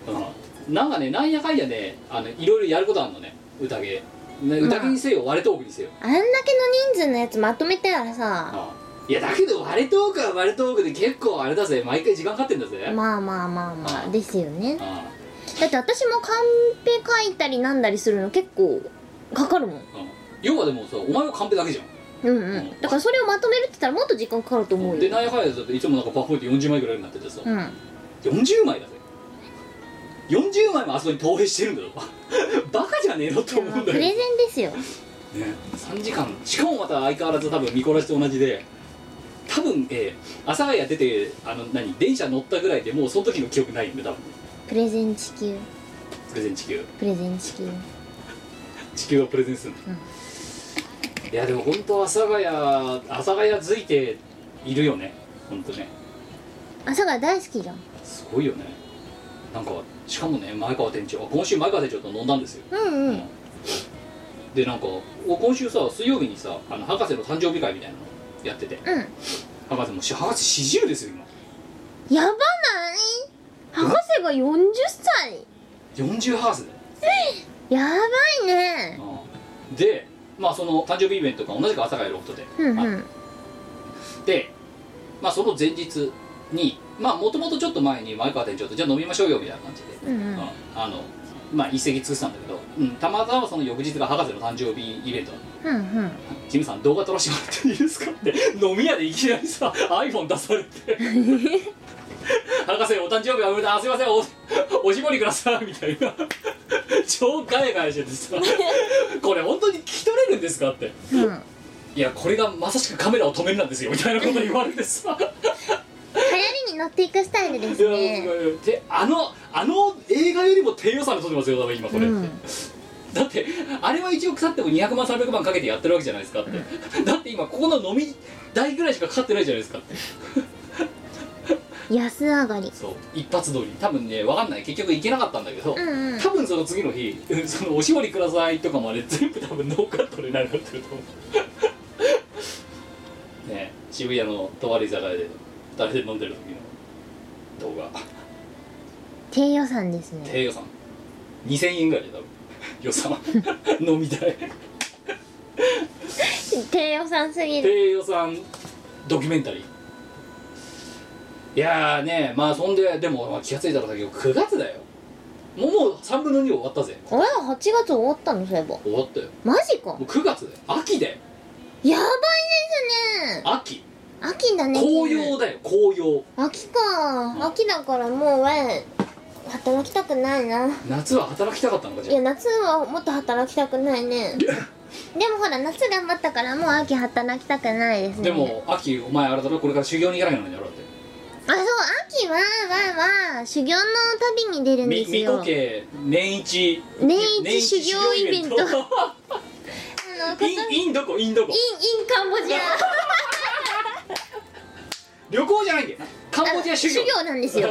[SPEAKER 3] うん、なんかねなんやかんやねあのいろいろやることあんのね宴ね
[SPEAKER 1] まあ
[SPEAKER 3] 宴にせよ割れトークにせよ、
[SPEAKER 1] あんだけの人数のやつまとめたらさ
[SPEAKER 3] うんいやだけど割れトークは割れトークで結構あれだぜ毎回時間かかってんだぜ、うん
[SPEAKER 1] まあまあまあまあ
[SPEAKER 3] うん
[SPEAKER 1] ですよねだって私もカンペ書いたりなんだりするの結構かかるもん
[SPEAKER 3] うん要はでもさお前はカンペだけじゃん、
[SPEAKER 1] うんうんだからそれをまとめるって言ったらもっと時間かかると思う
[SPEAKER 3] で
[SPEAKER 1] よ
[SPEAKER 3] なんやかんやだっていつもなんかパフォーって40枚ぐらいになっててさ、
[SPEAKER 1] うん
[SPEAKER 3] 40枚だぜ40枚もあそこに投影してるんだぞバカじゃねえのって思うん
[SPEAKER 1] プ
[SPEAKER 3] だよ
[SPEAKER 1] レゼンですよ
[SPEAKER 3] ね、3時間しかもまた相変わらず多分見こらしと同じで多分えー、阿佐ヶ谷出てあの何電車乗ったぐらいでもうその時の記憶ないんで多分
[SPEAKER 1] プレゼン地球
[SPEAKER 3] プレゼン地球
[SPEAKER 1] プレゼン地球
[SPEAKER 3] 地球をプレゼンするんだ、いやでも本当阿佐ヶ谷阿佐ヶ谷づいているよね本当ね
[SPEAKER 1] 朝が大好きじゃん
[SPEAKER 3] すごいよねなんかしかもね前川店長今週前川店長と飲んだんですよ
[SPEAKER 1] うんうん
[SPEAKER 3] でなんかお今週さ水曜日にさあの博士の誕生日会みたいなのやってて
[SPEAKER 1] うん
[SPEAKER 3] 博士もし博士40ですよ今
[SPEAKER 1] やばない博士が40歳
[SPEAKER 3] 40ハースだよ
[SPEAKER 1] やばいね
[SPEAKER 3] でまあその誕生日イベントが同じく阿佐ヶ谷ロフトで、
[SPEAKER 1] うんう
[SPEAKER 3] あ
[SPEAKER 1] ん
[SPEAKER 3] でまあその前日にまあもともとちょっと前に前川店長とじゃあ飲みましょうよみたいな感じで、
[SPEAKER 1] うんうん
[SPEAKER 3] うんあのまあ一席尽くしたんだけど、うん、たまたまその翌日が博士の誕生日イベントだった
[SPEAKER 1] うんうん
[SPEAKER 3] キムさん動画撮らせてもらっていいですか?」って飲み屋でいきなりさ iPhone 出されて「博士お誕生日おめでとうあすいませんおおしぼりください」みたいな超ガヤガヤしててさ「これ本当に聞き取れるんですか?」って「
[SPEAKER 1] うん
[SPEAKER 3] いやこれがまさしくカメラを止めるなんですよ」みたいなこと言われてさ
[SPEAKER 1] 流行りに乗っていくスタイルで
[SPEAKER 3] い
[SPEAKER 1] す
[SPEAKER 3] や
[SPEAKER 1] ね
[SPEAKER 3] であのあの映画よりも低予算で撮ってますよ多分今これ、
[SPEAKER 1] うん
[SPEAKER 3] だってあれは1億経っても200万300万かけてやってるわけじゃないですかって、だって今ここの飲み代ぐらいしかかかってないじゃないですかって
[SPEAKER 1] 安上がり
[SPEAKER 3] そう一発通り多分ねわかんない結局行けなかったんだけど、
[SPEAKER 1] うんうん
[SPEAKER 3] 多分その次の日うんそのおしぼりくださいとかまで全部多分ノーカットでなくなってると思うね渋谷のとある居酒屋で誰で飲んでる時の動画
[SPEAKER 1] 低予算ですね
[SPEAKER 3] 低予算2000円ぐらいで多分 予算飲み代
[SPEAKER 1] 低予算すぎる
[SPEAKER 3] 低予算ドキュメンタリーいやーねまあそんででもまあ気が付いたらだけど9月だよもうもう3分の2終わったぜ
[SPEAKER 1] あれ8月終わったのそういえば
[SPEAKER 3] 終わったよ
[SPEAKER 1] マジか
[SPEAKER 3] もう9月だよ秋だよ
[SPEAKER 1] やばいですね
[SPEAKER 3] 秋
[SPEAKER 1] 秋だね
[SPEAKER 3] 紅葉だよ紅葉
[SPEAKER 1] 秋か秋だからもう俺働きたくないな
[SPEAKER 3] 夏は働きたかったのか
[SPEAKER 1] い
[SPEAKER 3] じゃ
[SPEAKER 1] や夏はもっと働きたくない ねでもほら夏頑張ったからもう秋働きたくないですね
[SPEAKER 3] あでも秋お前あれだろこれから修行に行かなきゃならんやろだって
[SPEAKER 1] あそう秋はわーわー修行の旅に出るんで
[SPEAKER 3] み
[SPEAKER 1] す
[SPEAKER 3] み
[SPEAKER 1] よ
[SPEAKER 3] こ家年一
[SPEAKER 1] 年一修行イベント
[SPEAKER 3] 年一修行イ
[SPEAKER 1] あのことインイン
[SPEAKER 3] ベントインインどこインどこ
[SPEAKER 1] インカンボジア
[SPEAKER 3] 旅行じゃないんだよカンボジア修行
[SPEAKER 1] あのなんです よ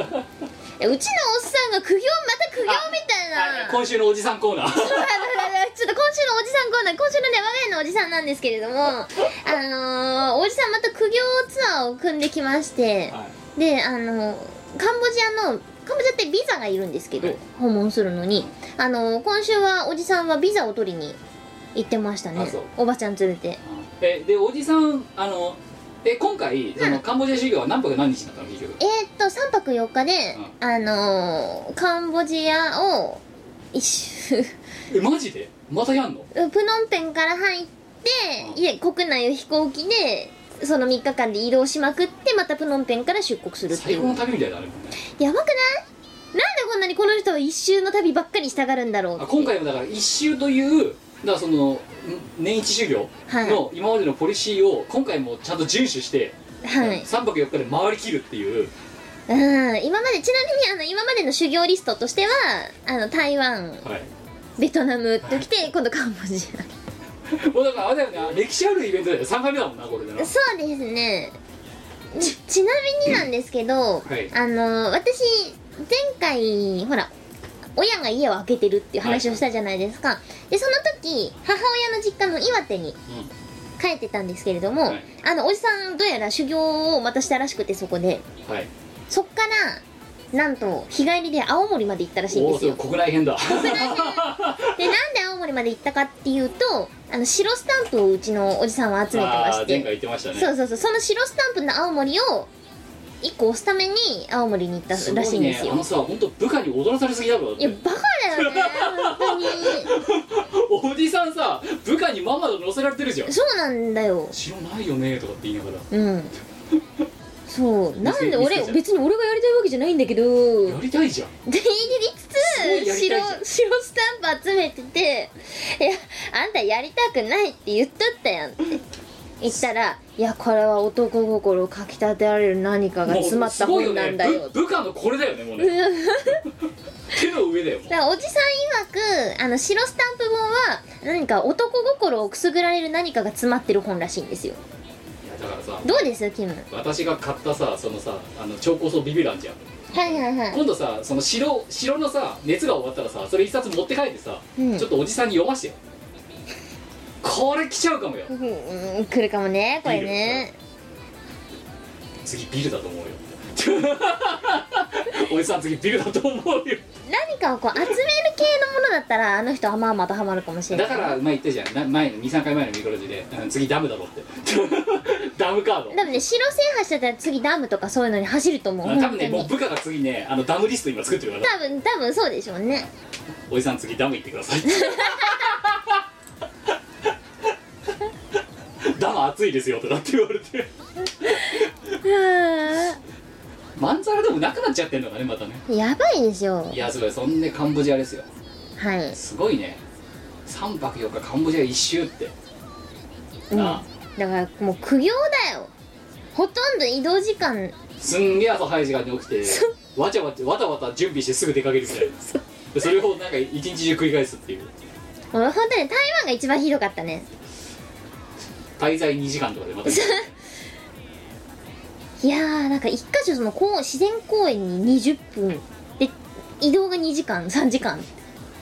[SPEAKER 1] えうちのおっさんが苦行また苦行みたいな
[SPEAKER 3] あ今週のおじさんコーナー
[SPEAKER 1] そうだだだだちょっと今週のおじさんコーナー今週のね我が家のおじさんなんですけれどもあのー、おじさんまた苦行ツアーを組んできまして
[SPEAKER 2] はい
[SPEAKER 1] であのカンボジアのカンボジアってビザがいるんですけど、
[SPEAKER 3] はい
[SPEAKER 1] 訪問するのにあの今週はおじさんはビザを取りに行ってましたね
[SPEAKER 3] あそう
[SPEAKER 1] おばちゃん連れて
[SPEAKER 3] えでおじさんあのえ今回そのカンボジア修行は何泊何日だったの結局
[SPEAKER 1] えー、っと3泊4日で、あのカンボジアを一周
[SPEAKER 3] えマジでまたやんの
[SPEAKER 1] プノンペンから入っていえ国内を飛行機でその3日間で移動しまくってまたプノンペンから出国するってい
[SPEAKER 3] 最
[SPEAKER 1] う
[SPEAKER 3] 高の旅みたいだねもうね
[SPEAKER 1] やばくないなんでこんなにこの人は一周の旅ばっかりしたがるんだろうって
[SPEAKER 3] あ今回もだから一周というだからそのん年一修行の今までのポリシーを今回もちゃんと遵守して、
[SPEAKER 1] はい
[SPEAKER 3] 3泊4日で回りきるっていう
[SPEAKER 1] うん今までちなみにあの今までの修行リストとしてはあの台湾
[SPEAKER 3] はい
[SPEAKER 1] ベトナムときて今度カンボジ
[SPEAKER 3] もうだからあれだよね歴史あるイベントだよ3回目だもんなこれでな
[SPEAKER 1] アそうですねちちなみになんですけど、
[SPEAKER 3] はい
[SPEAKER 1] あの私前回ほら親が家を開けてるっていう話をしたじゃないですか、でその時母親の実家の岩手に帰ってたんですけれども、
[SPEAKER 3] はい
[SPEAKER 1] あのおじさんどうやら修行をまたしたらしくてそこで
[SPEAKER 3] うんはい
[SPEAKER 1] そっからなんと日帰りで青森まで行ったらしいん
[SPEAKER 3] お
[SPEAKER 1] で
[SPEAKER 3] お
[SPEAKER 1] す
[SPEAKER 3] それ
[SPEAKER 1] よ
[SPEAKER 3] 国内編だ
[SPEAKER 1] でなんで青森まで行ったかっていうとあの白スタンプをうちのおじさんは集めてま
[SPEAKER 3] あ
[SPEAKER 1] し
[SPEAKER 3] ー前回
[SPEAKER 1] て
[SPEAKER 3] 言ってましたね
[SPEAKER 1] そうそうそうその白スタンプの青森を1個押すために青森に行ったらしいんです
[SPEAKER 3] ごね
[SPEAKER 1] よ
[SPEAKER 3] あのさ本当部下に踊らされすぎだろだっ
[SPEAKER 1] いや
[SPEAKER 3] て
[SPEAKER 1] バカだよね本当に
[SPEAKER 3] おじさんさ部下にまんまと乗せられてるじゃん
[SPEAKER 1] そうなんだよ
[SPEAKER 3] 知らないよねとかって言いながら
[SPEAKER 1] うんそうなんで
[SPEAKER 3] 見
[SPEAKER 1] 俺
[SPEAKER 3] せ
[SPEAKER 1] 別に俺がやりたいわけじゃないんだけど
[SPEAKER 3] やりたいじゃん
[SPEAKER 1] で言いつつ
[SPEAKER 3] すごいやりたいじ
[SPEAKER 1] 白
[SPEAKER 3] ゃん
[SPEAKER 1] 白スタンプ集めてて「いやあんたやりたくないって言っとったやん」って言ったら「いやこれは男心をかきたてられる何かが
[SPEAKER 3] もう
[SPEAKER 1] 詰まった
[SPEAKER 3] すごいよ
[SPEAKER 1] 本
[SPEAKER 3] ね
[SPEAKER 1] なんだよ」
[SPEAKER 3] ぶ部下のこれだよね もうね手の上だよもう
[SPEAKER 1] だからおじさん曰くあの白スタンプ本は何か男心をくすぐられる何かが詰まってる本らしいんですよ
[SPEAKER 3] いやだからさ
[SPEAKER 1] どうですキムは
[SPEAKER 3] 私が買ったさそのさあの超高層ビビランじゃん
[SPEAKER 1] いはいはい
[SPEAKER 3] 今度さその白白のさ熱が終わったらさそれ一冊持って帰ってさ、
[SPEAKER 1] うん
[SPEAKER 3] ちょっとおじさんに読ましてよこれ来ちゃうかもよ
[SPEAKER 1] うんうん来るかもねこれね
[SPEAKER 3] 次ビルだと思うよおじさん次ビルだと思うよ
[SPEAKER 1] 何かをこう集める系のものだったらあの人はまあまたハマるかもしれな
[SPEAKER 3] だ
[SPEAKER 1] い
[SPEAKER 3] から前言ったじゃんな前の23回前のミクロジで、うん次ダムだろって ダムカード
[SPEAKER 1] 多分ね白制覇してたら次ダムとかそういうのに走ると思う
[SPEAKER 3] あ多分ねもう
[SPEAKER 1] 本当に
[SPEAKER 3] 部下が次ねあのダムリスト今作ってる から
[SPEAKER 1] 多分多分そうでしょうね
[SPEAKER 3] おじさん次ダム行ってくだ さいダム暑いですよとかって言われてまんざらでもなくなっちゃってんのかねまたね
[SPEAKER 1] やばいですよ
[SPEAKER 3] いやすごいそんでカンボジアですよ
[SPEAKER 1] はい
[SPEAKER 3] すごいね3泊4日カンボジア一周って
[SPEAKER 1] うん
[SPEAKER 3] なあ
[SPEAKER 1] だからもう苦行だよほとんど移動時間
[SPEAKER 3] すんげえ朝早い時間に起きてわちゃわちゃわたわた準備してすぐ出かけるみたいなでそれをなんか一日中繰り返すっていう
[SPEAKER 1] 俺本当に台湾が一番ひどかったね
[SPEAKER 3] 滞在2時間とかでまた
[SPEAKER 1] いやーなんか一箇所そのこう自然公園に20分で移動が2時間3時間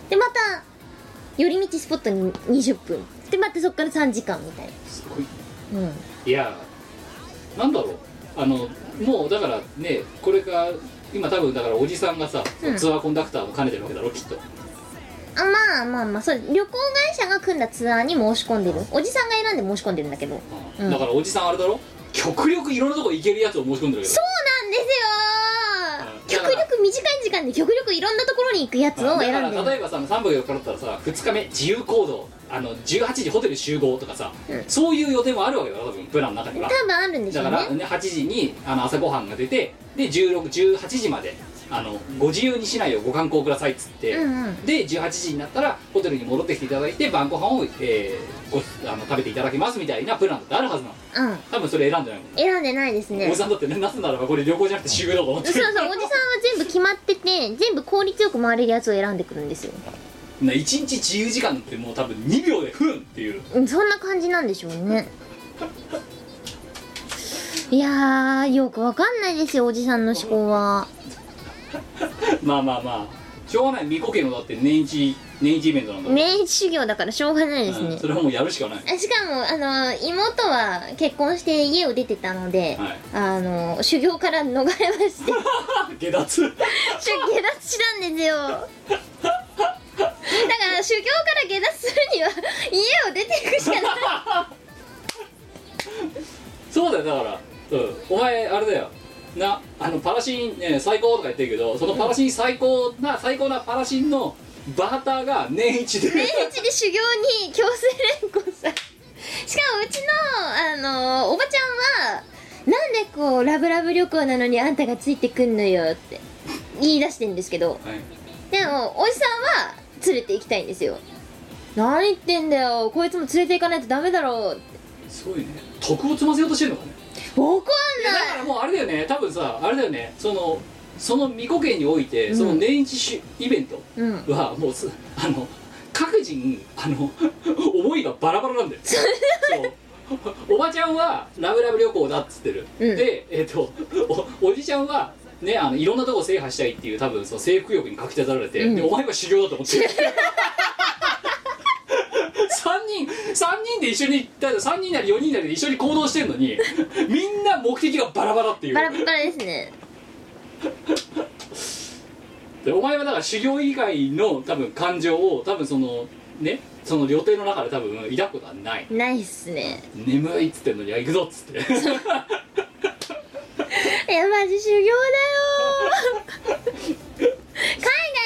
[SPEAKER 1] でまた寄り道スポットに20分でまたそっから3時間みたい
[SPEAKER 3] すごい
[SPEAKER 1] なうん
[SPEAKER 3] いやなんだろうあのもうだからねこれが今多分だからおじさんがさ、
[SPEAKER 1] うん
[SPEAKER 3] ツアーコンダクターも兼ねてるわけだろきっと
[SPEAKER 1] あまあまあまあそう旅行会社が組んだツアーに申し込んでるおじさんが選んで申し込んでるんだけどそううん
[SPEAKER 3] だからおじさんあれだろ極力いろんなとこ行けるやつを申し込んでる
[SPEAKER 1] なんで
[SPEAKER 3] わけど
[SPEAKER 1] すよ
[SPEAKER 3] うん
[SPEAKER 1] 極力短い時間で極力いろんなところに行くやつを
[SPEAKER 3] だか
[SPEAKER 1] 選んで
[SPEAKER 3] ら
[SPEAKER 1] る
[SPEAKER 3] 例えばさ3泊4日だったらさ2日目自由行動あの18時ホテル集合とかさ、
[SPEAKER 1] うん
[SPEAKER 3] そういう予定もあるわけだろ多分プランの中には
[SPEAKER 1] 多分あるんでしょ
[SPEAKER 3] だ
[SPEAKER 1] う
[SPEAKER 3] か
[SPEAKER 1] ね
[SPEAKER 3] ら、ね、8時にあの朝ごはんが出てで1618時まであのご自由にしないよご観光くださいっつって、
[SPEAKER 1] うんうん
[SPEAKER 3] で18時になったらホテルに戻ってきていただいて晩ご飯を、えーごあの食べていただきますみたいなプランだってあるはずなの
[SPEAKER 1] うん
[SPEAKER 3] 多分それ選んでないもん、
[SPEAKER 1] 選んでないですね
[SPEAKER 3] おじさんだってねなぜならばこれ旅行じゃなくて修行だと思っ て
[SPEAKER 1] そう
[SPEAKER 3] る
[SPEAKER 1] そうおじさんは全部決まってて全部効率よく回れるやつを選んでくるんですよ
[SPEAKER 3] な1日自由時間ってもう多分2秒でふんっていう
[SPEAKER 1] うんそんな感じなんでしょうねいやーよくわかんないですよおじさんの思考は
[SPEAKER 3] まあまあまあしょうがない未固形のだって年一年一イベントなんだもん
[SPEAKER 1] 年一修行だからしょうがないです
[SPEAKER 3] う
[SPEAKER 1] ね
[SPEAKER 3] ん、それはもうやるしかない
[SPEAKER 1] あしかもあの妹は結婚して家を出てたので、
[SPEAKER 3] はい
[SPEAKER 1] あの修行から逃れまして 出
[SPEAKER 3] 下脱
[SPEAKER 1] 脱したんですよだから修行から下脱するには家を出ていくしかない
[SPEAKER 3] そうだよだから、うん、お前あれだよなあのパラシン、ね、最高とか言ってるけどそのパラシン最高な、最高なパラシンのバーターが年一で
[SPEAKER 1] 年一で修行に強制連行さしかもうちのあのおばちゃんはなんでこうラブラブ旅行なのにあんたがついてくんのよって言い出してんですけど
[SPEAKER 3] はい
[SPEAKER 1] でもおじさんは連れて行きたいんですよ何言ってんだよこいつも連れて行かないとダメだろうって
[SPEAKER 3] すごいね徳を積ませようとしてるのかね
[SPEAKER 1] 怒ん
[SPEAKER 3] いやだからもうあれだよね多分さあれだよねそのその未固形において、
[SPEAKER 1] ん
[SPEAKER 3] その年一しイベント
[SPEAKER 1] ないうん
[SPEAKER 3] はもうすあの各人あの 思いがバラバラなんだよそうおばちゃんはラブラブ旅行だっつってる、
[SPEAKER 1] うん
[SPEAKER 3] でえっ、とおおじちゃんはねあのいろんなとこ制覇したいっていう多分その征服欲にかき立たられて、
[SPEAKER 1] うん
[SPEAKER 3] でお前は修行だと思っ てる3人三人で一緒にだから3人なり4人なりで一緒に行動してるのにみんな目的がバラバラっていう
[SPEAKER 1] バラバラですね
[SPEAKER 3] でお前はだから修行以外の多分感情を多分そのねその予定の中で多分抱くことはない
[SPEAKER 1] ないっすね
[SPEAKER 3] 眠いっつってんのにいや行くぞっつって
[SPEAKER 1] いやマジ修行だよー海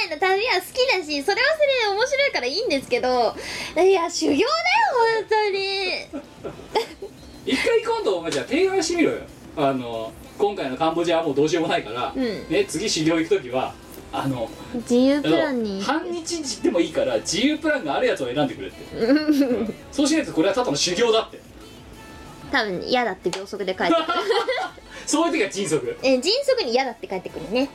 [SPEAKER 1] 外の旅は好きだしそれはそれで面白いからいいんですけどいや修行だよ本当に
[SPEAKER 3] 一回今度お前じゃあ提案してみろよあの今回のカンボジアはもうどうしようもないから、
[SPEAKER 1] うん
[SPEAKER 3] ね次修行行く時はあの
[SPEAKER 1] 自由プランに
[SPEAKER 3] 半日でもいいから自由プランがあるやつを選んでくれってそうしないとこれはただの修行だって
[SPEAKER 1] 多分嫌だって秒速で帰ってくる
[SPEAKER 3] そういう時は迅速
[SPEAKER 1] え迅速に嫌だって帰ってくるね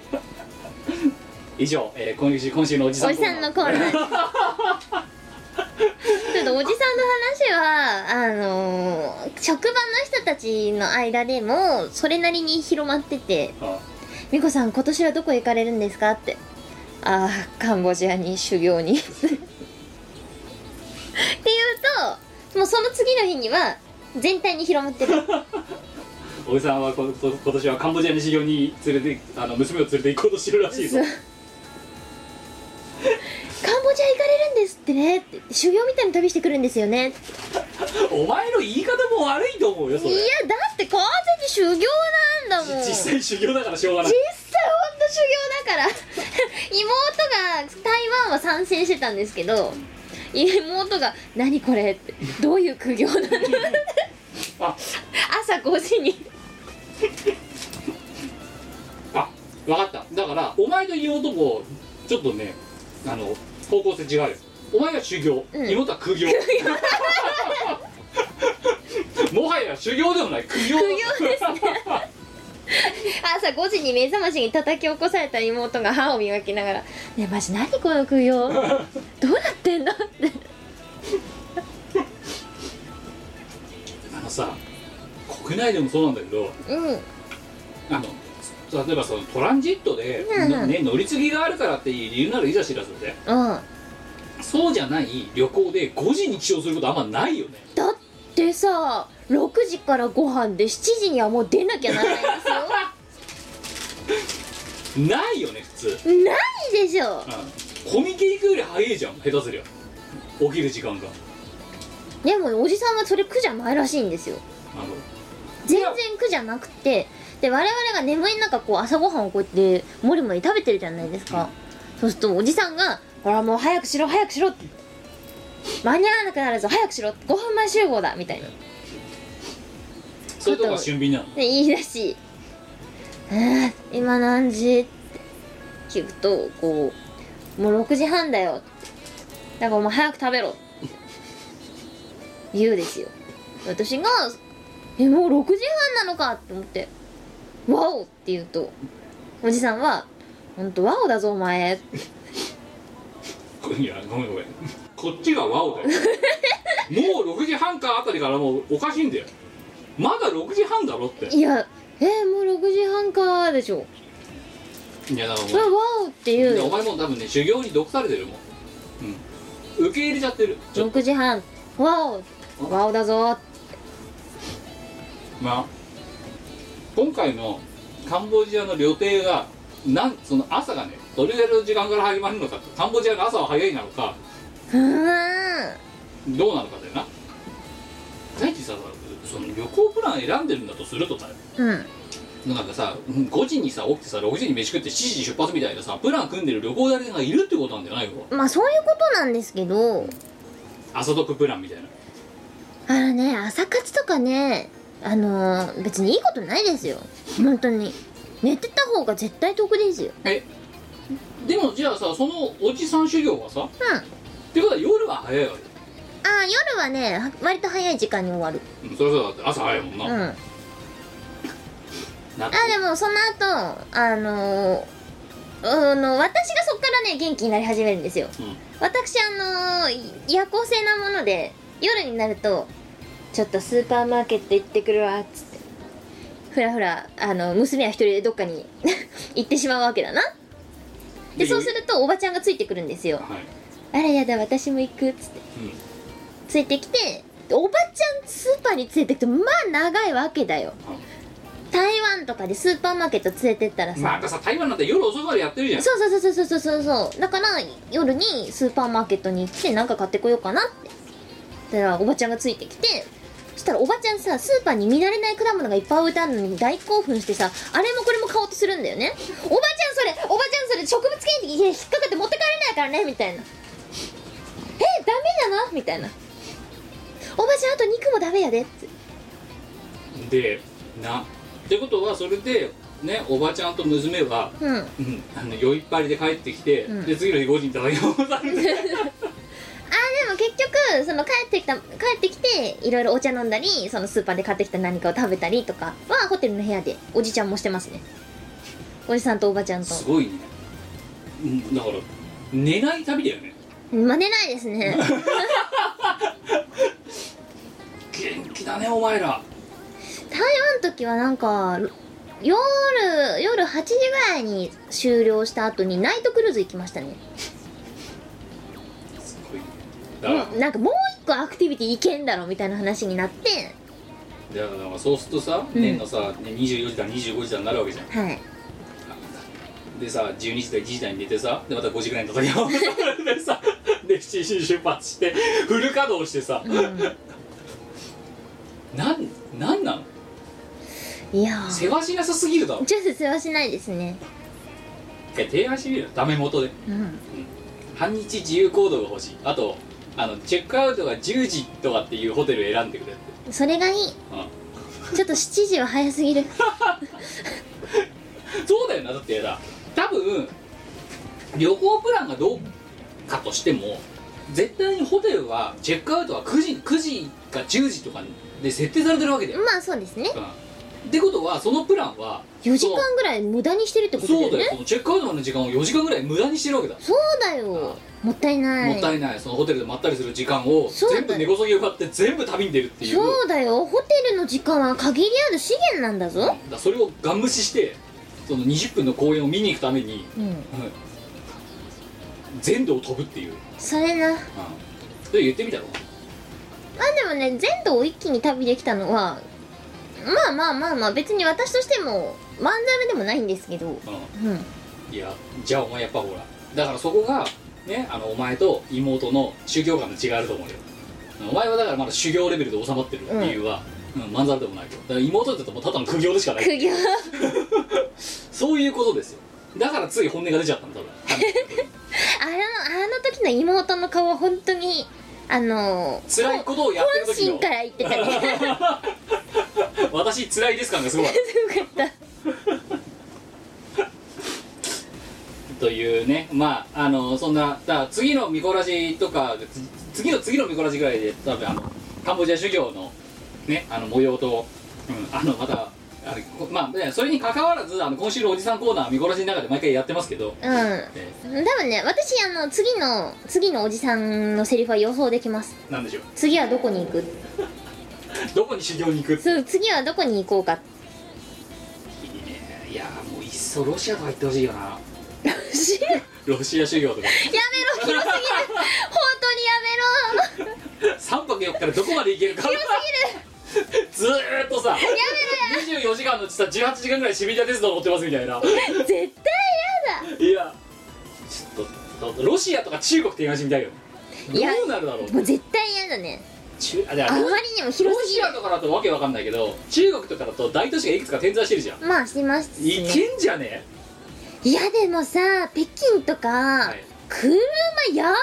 [SPEAKER 3] 以上、えー今週今週のおじさ
[SPEAKER 1] お
[SPEAKER 3] ん
[SPEAKER 1] じさんのコー
[SPEAKER 3] ー
[SPEAKER 1] ナ
[SPEAKER 3] ナ
[SPEAKER 1] ー
[SPEAKER 3] ー
[SPEAKER 1] ちょっとおじさんの話はあのー職場の人たちの間でもそれなりに広まってて
[SPEAKER 3] あ
[SPEAKER 1] 「美子さん今年はどこ行かれるんですか?」って「ああカンボジアに修行に」って言うともうその次の日には全体に広まってる
[SPEAKER 3] おじさんはここ今年はカンボジアに修行に連れてあの娘を連れて行こうとしてるらしいぞ
[SPEAKER 1] そうカンボジア行かれるんですってねって修行みたいな旅してくるんですよねって
[SPEAKER 3] お前の言い方も悪いと思うよそ
[SPEAKER 1] い
[SPEAKER 3] れ
[SPEAKER 1] やだって完全に修行なんだもん
[SPEAKER 3] 実際修行だからしょうが
[SPEAKER 1] 実際ほんと
[SPEAKER 3] ない
[SPEAKER 1] 修行だから 妹が台湾は参戦してたんですけど妹が「何これ」ってどういう苦行なの
[SPEAKER 3] あ
[SPEAKER 1] 朝5時に
[SPEAKER 3] あ分かっただからお前と妹もちょっとねあの方向性違うよお前は修行、
[SPEAKER 1] うん
[SPEAKER 3] 妹は苦行もはや修行でもない苦行
[SPEAKER 1] 苦行です ね朝5時に目覚ましに叩き起こされた妹が歯を磨きながら「ねえマジ何この苦行どうなってんだ?」って
[SPEAKER 3] あのさ国内でもそうなんだけど
[SPEAKER 1] うん
[SPEAKER 3] あの例えばそのトランジットで、
[SPEAKER 1] うんうん
[SPEAKER 3] ね、乗り継ぎがあるからっていう理由ならいざ知らずで
[SPEAKER 1] うん
[SPEAKER 3] そうじゃない旅行で5時に起床することあんまないよね
[SPEAKER 1] だってさ6時からご飯で7時にはもう出なきゃならないんですよ
[SPEAKER 3] ないよね普通、
[SPEAKER 1] ないでしょ
[SPEAKER 3] コミケ行くより早いじゃん下手すりゃ起きる時間が
[SPEAKER 1] でもおじさんはそれ苦じゃないらしいんですよ
[SPEAKER 3] あの
[SPEAKER 1] 全然苦じゃなくてで我々が眠い中こう朝ごはんをこうやってもりもり食べてるじゃないですか、そうするとおじさんが「ほらもう早くしろ早くしろ」って間に合わなくなるぞ早くしろ5分前集合だみたいな
[SPEAKER 3] そういうとこが俊敏なの
[SPEAKER 1] で言い出し「えー、今何時?」って聞くとこう「もう6時半だよ」だからお前早く食べろ」って言うですよ私が「えもう6時半なのか!」って思って「ワオ!」って言うとおじさんは「ほんとワオだぞお前」
[SPEAKER 3] いやごめんごめんこっちがワオ だよもう6時半かあたりからもうおかしいんだよまだ6時半だろって
[SPEAKER 1] いや「えもう6時半か」でしょ
[SPEAKER 3] いやだから
[SPEAKER 1] うわ
[SPEAKER 3] も
[SPEAKER 1] わおって
[SPEAKER 3] う
[SPEAKER 1] い
[SPEAKER 3] いやお
[SPEAKER 1] う
[SPEAKER 3] 前もう多分ね修行に毒されてるもん、うん、受け入れちゃってるちょ
[SPEAKER 1] 6時半わおわおだぞ
[SPEAKER 3] まあ今回のカンボジアの旅程がなんその朝がねどれぐらいの時間から始まるのかカンボジアの朝は早いなのか
[SPEAKER 1] うーん
[SPEAKER 3] どうなのかだよな大地さその旅行プラン選んでるんだとするとだよ
[SPEAKER 1] うん
[SPEAKER 3] なんかさうん5時にさ起きてさ6時に飯食って7時に出発みたいなさプラン組んでる旅行代理店がいるってことなんじゃないの
[SPEAKER 1] まあそういうことなんですけど
[SPEAKER 3] 朝読プランみたいな
[SPEAKER 1] あのね朝活とかねあのー別にいいことないですよ本当に寝てた方が絶対得ですよ
[SPEAKER 3] えでもじゃあさそのおじさん修行はさっ
[SPEAKER 1] うんあ
[SPEAKER 3] てことは夜は早いわけ
[SPEAKER 1] あ夜はねは割と早い時間に終わる
[SPEAKER 3] うんそれはそうだって朝早いもん
[SPEAKER 1] う
[SPEAKER 3] な、
[SPEAKER 1] んあ
[SPEAKER 3] な
[SPEAKER 1] でもその後あのーあの私がそっからね元気になり始めるんですよ
[SPEAKER 3] うん
[SPEAKER 1] 私あのー夜行性なもので夜になるとちょっとスーパーマーケット行ってくるわっつってふらふらあの娘は一人でどっかに 行ってしまうわけだなで
[SPEAKER 3] で
[SPEAKER 1] そうするとおばちゃんがついてくるんですよ
[SPEAKER 3] はい、
[SPEAKER 1] あらやだ私も行くっつって
[SPEAKER 3] うん
[SPEAKER 1] ついてきてでおばちゃんスーパーに連れてくとまあ長いわけだよ台湾とかでスーパーマーケット連れてったらさ、
[SPEAKER 3] まあ、なんかさ台湾なんて夜遅くまでやってるじゃん
[SPEAKER 1] そうそうそうそうそうそうそうだから夜にスーパーマーケットに行って何か買ってこようかなってそしたらおばちゃんがついてきてそしたらおばちゃんさスーパーに見慣れない果物がいっぱい置いてあるのに大興奮してさあれもこれも買おうとするんだよねおばちゃんそれおばちゃんそれ植物検疫に引っかかって持って帰れないからねみたいなえダメなのみたいなおばちゃんあと肉もダメやでって
[SPEAKER 3] でなってことはそれでねおばちゃんと娘は、
[SPEAKER 1] うん
[SPEAKER 3] うん、あの酔いっぱいで帰ってきて、
[SPEAKER 1] うん
[SPEAKER 3] で次の日5時に叩き起こされ
[SPEAKER 1] あー
[SPEAKER 3] て
[SPEAKER 1] でも結局その帰ってきた帰ってきていろいろお茶飲んだりそのスーパーで買ってきた何かを食べたりとかはホテルの部屋でおじちゃんもしてますねおじさんとおばちゃんと
[SPEAKER 3] すごいねうんだから寝ない旅だよね
[SPEAKER 1] 真似ないです ね
[SPEAKER 3] 元気だねお前ら
[SPEAKER 1] 台湾の時はなんか夜夜8時ぐらいに終了した後にナイトクルーズ行きましたね
[SPEAKER 3] すごいねだから,、
[SPEAKER 1] うんなんかもう一個アクティビティ行けんだろみたいな話になって
[SPEAKER 3] だからだからそうするとさ
[SPEAKER 1] うん
[SPEAKER 3] 年のさ、ね、24時だ25時だになるわけじゃん
[SPEAKER 1] はい
[SPEAKER 3] でさ12時だ1時だに寝てさでまた5時ぐらいに叩き起こされてさ で7時に出発してフル稼働してさ、
[SPEAKER 1] う
[SPEAKER 3] なんなんなの
[SPEAKER 1] んいやー
[SPEAKER 3] 世話しなさすぎるだろ
[SPEAKER 1] ちょっと世話しないですね
[SPEAKER 3] え提案してみるよダメ元で
[SPEAKER 1] うん
[SPEAKER 3] 半日自由行動が欲しいあとあのチェックアウトが10時とかっていうホテル選んでくれって
[SPEAKER 1] それがいいちょっと7時は早すぎる
[SPEAKER 3] そうだよなだってさ多分旅行プランがどうかとしても絶対にホテルはチェックアウトは9時9時か10時とかで設定されてるわけだよ、
[SPEAKER 1] まあそうですね
[SPEAKER 3] うんってことはそのプランは
[SPEAKER 1] 4時間ぐらい無駄にしてるってこ
[SPEAKER 3] そ
[SPEAKER 1] とだ
[SPEAKER 3] のそ
[SPEAKER 1] よ
[SPEAKER 3] うだよ
[SPEAKER 1] ね
[SPEAKER 3] そのチェックアウトまでの時間を4時間ぐらい無駄にしてるわけだ、
[SPEAKER 1] そうだよもったいない
[SPEAKER 3] もったいないそのホテルでまったりする時間を
[SPEAKER 1] そうだ
[SPEAKER 3] 全部根こそぎ奪って全部旅に出るっていう
[SPEAKER 1] そうだよホテルの時間は限りある資源なんだ
[SPEAKER 3] だ
[SPEAKER 1] ぞ
[SPEAKER 3] からそれをガン無視してその20分の公演を見に行くために、
[SPEAKER 1] うん
[SPEAKER 3] うん全土を飛ぶっていう、うん、
[SPEAKER 1] それな
[SPEAKER 3] それ言ってみたろ
[SPEAKER 1] まあでもね全土を一気に旅できたのはまあまあまあまあ別に私としてもまんざるでもないんですけどうん
[SPEAKER 3] ういやじゃあお前やっぱほらだからそこがねあのお前と妹の修行観の違いあると思うよお前はだからまだ修行レベルで収まってる理由は、うんまんざらでもないけどだから妹だともうただの苦行でしかない
[SPEAKER 1] 苦行
[SPEAKER 3] そういうことですよだからつい本音が出ちゃったんだ多分
[SPEAKER 1] あのあの時の妹の顔は本当にあの
[SPEAKER 3] 辛いことをやってる
[SPEAKER 1] 本
[SPEAKER 3] 時の
[SPEAKER 1] 心から言ってたね
[SPEAKER 3] 私辛いです感 がすごかった
[SPEAKER 1] すごかっ
[SPEAKER 3] というねまああのそんなだから次のミコラジとかつ次の次のミコラジぐらいで多分あのカンボジア修行のねあの模様と、うん、あのまたあれこまあねそれに関わらずあの今週のおじさんコーナーミコラジの中で毎回やってますけど、
[SPEAKER 1] たうん
[SPEAKER 3] え
[SPEAKER 1] 多分ね私あの次の次のおじさんのセリフは予想できます
[SPEAKER 3] ーなんでしょう
[SPEAKER 1] 次はどこに行く
[SPEAKER 3] どこに修行に行くって
[SPEAKER 1] そう次はどこに行こうか
[SPEAKER 3] いいねいやーもういいっすそうロシアとか行ってほしいよな
[SPEAKER 1] しやめろ
[SPEAKER 3] ロシア修行とか
[SPEAKER 1] 広すぎる本当にやめろ
[SPEAKER 3] 3泊4日でどこまで行けるかずーっとさ24時間のうちさ18時間ぐらいシビリア鉄道乗ってますみたいな
[SPEAKER 1] 絶対や
[SPEAKER 3] いやちょっとロシアとか中国って感じみたいよど
[SPEAKER 1] いや
[SPEAKER 3] うなるだろう
[SPEAKER 1] だもう絶対やだね
[SPEAKER 3] 中あで
[SPEAKER 1] あま
[SPEAKER 3] もロ
[SPEAKER 1] りにも広すぎ
[SPEAKER 3] シア
[SPEAKER 1] る
[SPEAKER 3] とかだとわけわかんないけど中国とかだと大都市がいくつか点在してるじゃん
[SPEAKER 1] まあしてます
[SPEAKER 3] い
[SPEAKER 1] ね
[SPEAKER 3] けんじゃね
[SPEAKER 1] いやでもさ北京とか
[SPEAKER 3] はい
[SPEAKER 1] 車やば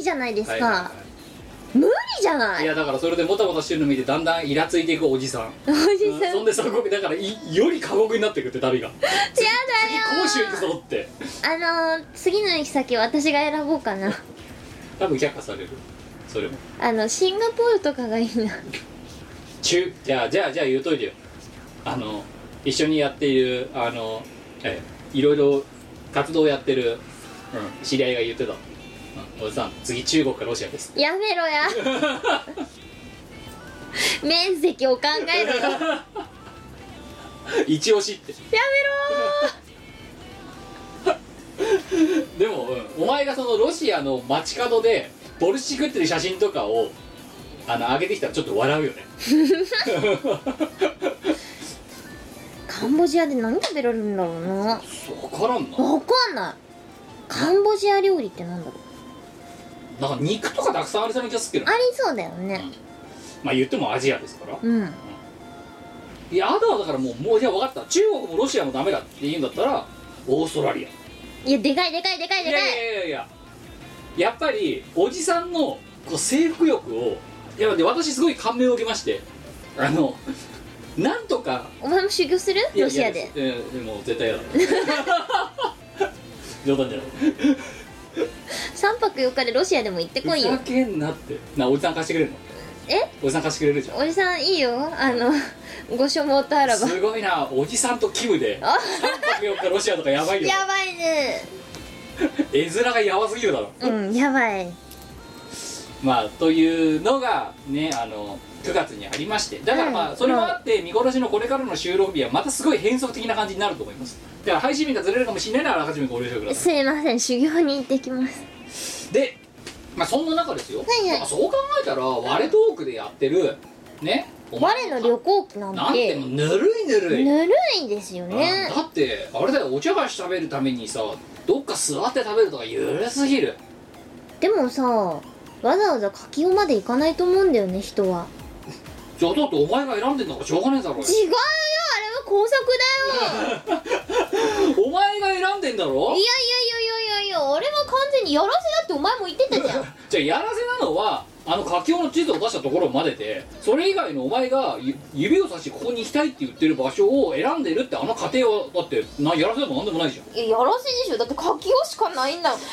[SPEAKER 1] いじゃないです
[SPEAKER 3] はい
[SPEAKER 1] か
[SPEAKER 3] は
[SPEAKER 1] 無理じゃ
[SPEAKER 3] い
[SPEAKER 1] な
[SPEAKER 3] はいい
[SPEAKER 1] い
[SPEAKER 3] やだからそれでもたもたしてるの見てだんだんイラついていくおじさん
[SPEAKER 1] おじ
[SPEAKER 3] うん
[SPEAKER 1] さん
[SPEAKER 3] そんでそこだからいより過酷になってくって旅が次広州行くぞって
[SPEAKER 1] やだよあのー次の行き先私が選ぼうか な
[SPEAKER 3] 多分却下されるそれも
[SPEAKER 1] あのシンガポールとかがいい な
[SPEAKER 3] 中じゃあじゃあじゃあ言うといてよあの一緒にやっているあのえいろいろ活動をやってる、うん、知り合いが言ってた、うん、おじさん次中国かロシアです
[SPEAKER 1] やめろや面積を考えろよやめろ
[SPEAKER 3] 一押しってでも、うん、お前がそのロシアの街角でボルシチ食ってる写真とかをあの上げてきたらちょっと笑うよね
[SPEAKER 1] カンボジアで何食べられるんだろうな
[SPEAKER 3] 分からんな
[SPEAKER 1] わかんないカンボジア料理ってなんだろう
[SPEAKER 3] なんか肉とかたくさんありそうな気がするけど
[SPEAKER 1] ありそうだよね
[SPEAKER 3] まあ言ってもアジアですから
[SPEAKER 1] うん
[SPEAKER 3] いやあとはだからもうもうじゃあ分かった中国もロシアもダメだって言うんだったらオーストラリア
[SPEAKER 1] いやでかいでかいでかい
[SPEAKER 3] い
[SPEAKER 1] でかい
[SPEAKER 3] やいやいやいややっぱりおじさんのこう征服欲をいやで私すごい感銘を受けましてあのなんとか
[SPEAKER 1] お前も修行する
[SPEAKER 3] いや
[SPEAKER 1] ロシアで
[SPEAKER 3] いやいやでも絶対嫌だ 冗談じゃない
[SPEAKER 1] 3泊4日でロシアでも行ってこい
[SPEAKER 3] ふざ
[SPEAKER 1] よ
[SPEAKER 3] けんなってなおじさん貸してくれるの
[SPEAKER 1] え
[SPEAKER 3] おじさん貸してくれるじゃん
[SPEAKER 1] おじさんいいよあのご所望とあらば
[SPEAKER 3] すごいなおじさんとキムで3
[SPEAKER 1] あ
[SPEAKER 3] 泊4日ロシアとかやばいよ
[SPEAKER 1] やばいね
[SPEAKER 3] 絵面がやばすぎるだろ
[SPEAKER 1] うんやばい
[SPEAKER 3] まあというのがねあの9月にありましてだからま
[SPEAKER 1] う
[SPEAKER 3] あ
[SPEAKER 1] ん
[SPEAKER 3] それもあって見殺しのこれからの収録日はまたすごい変則的な感じになると思いますだから配信日がずれるかもしれないならあらかじめご了承くださ
[SPEAKER 1] すいません修行に行ってきます
[SPEAKER 3] いでまあそんな中ですよ、
[SPEAKER 1] いはい
[SPEAKER 3] まあそう考えたら我トークでやってるねお前
[SPEAKER 1] 我の旅行記な
[SPEAKER 3] なんんて
[SPEAKER 1] て
[SPEAKER 3] もうぬるいぬるい、
[SPEAKER 1] ぬるいですよね
[SPEAKER 3] うんだってあれだよお茶菓子食べるためにさどっか座って食べるとかゆるすぎる
[SPEAKER 1] でもさわざわざ書き尾まで行かないと思うんだよね人は
[SPEAKER 3] じゃあだってお前が選んでんだからしょうがねえだろうよ
[SPEAKER 1] 違うよあれは工作だよ
[SPEAKER 3] お前が選んでんだろ
[SPEAKER 1] いやいやいやいやいやいやあれは完全にやらせだってお前も言ってたじゃん
[SPEAKER 3] じゃあやらせなのはあの佳境の地図を出したところまででそれ以外のお前がゆ指を指してここに行きたいって言ってる場所を選んでるってあの過程はだってなやらせでもなんでもないじゃん
[SPEAKER 1] いややらせでしょだって書き尾しかないんだエンドレ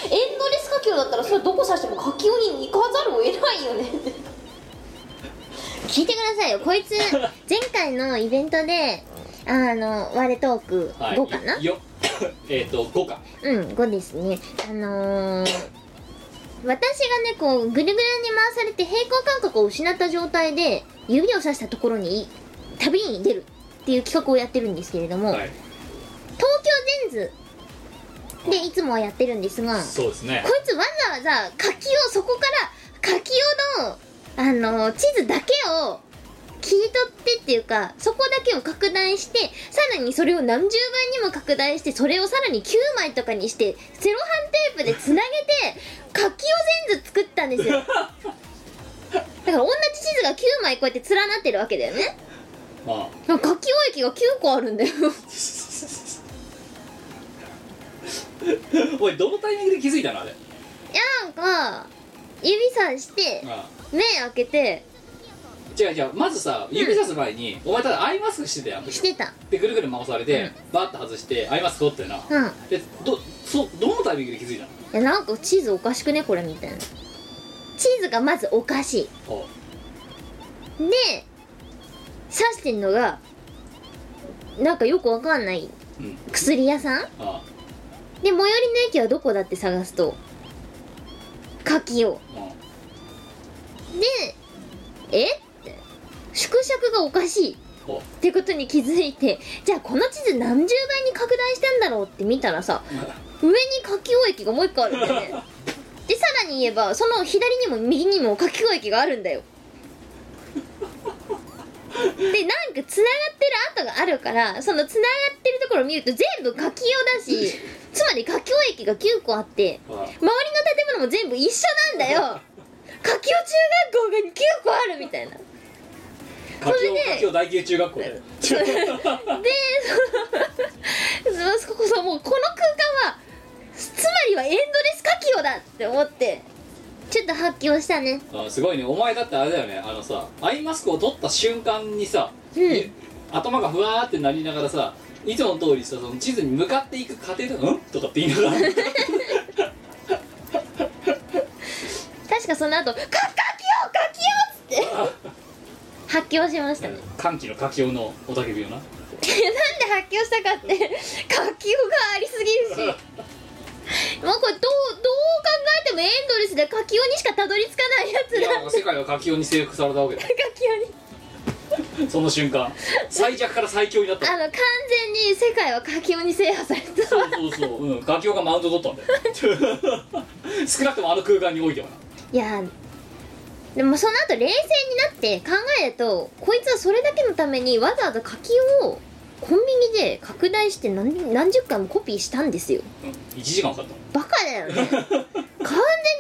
[SPEAKER 1] ス書き尾だったらそれどこ指しても書き尾に行かざるを得ないよね聞いてくださいよこい つ前回のイベントであの「我トーク
[SPEAKER 3] はい
[SPEAKER 1] 5」かな、
[SPEAKER 3] よ えっと5か
[SPEAKER 1] うん、5ですね。あのー、私がね、こう、ぐるぐるに回されて平行感覚を失った状態で、指を刺したところに、旅に出るっていう企画をやってるんですけれども、
[SPEAKER 3] はい
[SPEAKER 1] 東京ゼンズでいつもはやってるんですが、こ
[SPEAKER 3] そうですね
[SPEAKER 1] いつわざわざ柿を、そこから柿をの、あのー地図だけを、切り取ってっていうか、そこだけを拡大して、さらにそれを何十倍にも拡大して、それをさらに9枚とかにして、セロハンテープでつなげて、書きを全図作ったんですよ。だから同じ地図が9枚こうやって連なってるわけだよね。
[SPEAKER 3] まあ
[SPEAKER 1] 書き尾駅が9個あるんだよ。
[SPEAKER 3] おいどのタイミングで気づいたのあれ
[SPEAKER 1] なんか、指さして、
[SPEAKER 3] あ
[SPEAKER 1] 目開けて、
[SPEAKER 3] 違う違うまずさ指さす前に、お前ただアイマスクしてたやんで
[SPEAKER 1] してた。
[SPEAKER 3] ぐるぐる回されて、バーッと外してアイマスク取ったよ
[SPEAKER 1] う
[SPEAKER 3] な、
[SPEAKER 1] ん。い
[SPEAKER 3] でどそどのタイミングで気づいたの
[SPEAKER 1] や、なんか地図おかしくねこれみたいな。地図がまずおかしい。
[SPEAKER 3] お
[SPEAKER 1] で刺してんのがなんかよくわかんない
[SPEAKER 3] うん
[SPEAKER 1] 薬屋さん
[SPEAKER 3] あ
[SPEAKER 1] で最寄りの駅はどこだって探すと柿を
[SPEAKER 3] あ
[SPEAKER 1] でえって縮尺がおかしい
[SPEAKER 3] お
[SPEAKER 1] ってことに気づいてじゃあこの地図何十倍に拡大したんだろうって見たらさ上に夏季貿易がもう一個あるんだよねでさらに言えばその左にも右にも夏季貿易があるんだよでなんかつながってる跡があるからそのつながってるところを見ると全部夏季用だしつまり夏季貿易が9個あって
[SPEAKER 3] ああ
[SPEAKER 1] 周りの建物も全部一緒なんだよ夏季用中学校が9個あるみたいな
[SPEAKER 3] 柿
[SPEAKER 1] それ
[SPEAKER 3] を
[SPEAKER 1] で
[SPEAKER 3] 柿を大級中学校で
[SPEAKER 1] でそそこそもうこの 空間はつまりはエンドレスカキオだって思ってちょっと発狂したね
[SPEAKER 3] あすごいねお前だってあれだよねあのさアイマスクを取った瞬間にさ、
[SPEAKER 1] うん
[SPEAKER 3] 頭がふわーってなりながらさいつもの通りさその地図に向かっていく過程で「うん?」とかって言いな がら
[SPEAKER 1] 確かその後カカキオカキオ!」っつっ て発狂しましたねなんで
[SPEAKER 3] 歓喜の柿をの雄たけびよな
[SPEAKER 1] 発狂したかってカキオがありすぎるしもうこれどうどう考えてもエンドレスでカキオにしかたどり着かないやつ
[SPEAKER 3] いや
[SPEAKER 1] だ
[SPEAKER 3] もう世界は柿をに征服されたわけだ
[SPEAKER 1] カキオに
[SPEAKER 3] その瞬間最弱から最強になった
[SPEAKER 1] あの完全に世界はカキオに制覇された
[SPEAKER 3] そうそうそううんガキオがマウント取ったんだよ少なくともあの空間においてはない
[SPEAKER 1] やーでもその後冷静になって考えるとこいつはそれだけのためにわざわざ柿をコンビニで拡大して何何十回もコピーしたんですよ
[SPEAKER 3] うん1時間かかっ
[SPEAKER 1] バカだよ ね完全に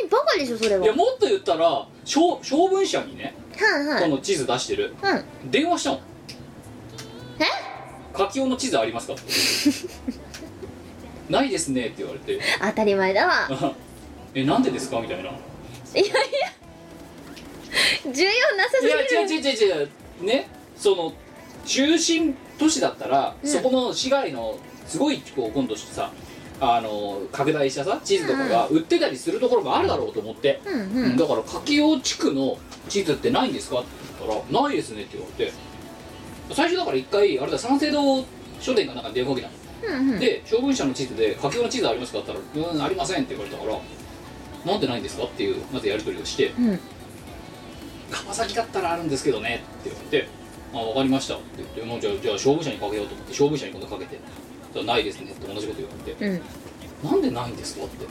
[SPEAKER 1] バカでしょそれ
[SPEAKER 3] た
[SPEAKER 1] は
[SPEAKER 3] のいやもっと言ったら小小文社にね
[SPEAKER 1] はいはい
[SPEAKER 3] こ
[SPEAKER 1] うん
[SPEAKER 3] の地図出してる
[SPEAKER 1] え
[SPEAKER 3] 電話したの柿雄の地図あ りますかないですねって言われて
[SPEAKER 1] 当たり前だわ
[SPEAKER 3] えなんでですかみた いない
[SPEAKER 1] やいや重要なさすぎる
[SPEAKER 3] いや違う違う違う違うねその中心都市だったら、
[SPEAKER 1] うん
[SPEAKER 3] そこの市街のすごいこう今度さあの拡大したさ地図とかが売ってたりするところがあるだろうと思って、
[SPEAKER 1] うんう
[SPEAKER 3] うん
[SPEAKER 1] ん
[SPEAKER 3] だから柿生地区の地図ってないんですかって言ったら「ないですね」って言われて最初だから一回あれだ三省堂書店がなんか電話機なの
[SPEAKER 1] うんうん
[SPEAKER 3] で小文社の地図で「柿生の地図ありますか?」って言ったら「うーんありません」って言われたから「なんでないんですか?」っていうまずやり取りをして
[SPEAKER 1] うん
[SPEAKER 3] 川崎だったらあるんですけどねって言われて「あ分かりました」って言って「もうじゃあじゃあ勝負者にかけようと思って勝負者に今度かけて」そしたらないですね」って同じこと言われて「なんでないんですか?」って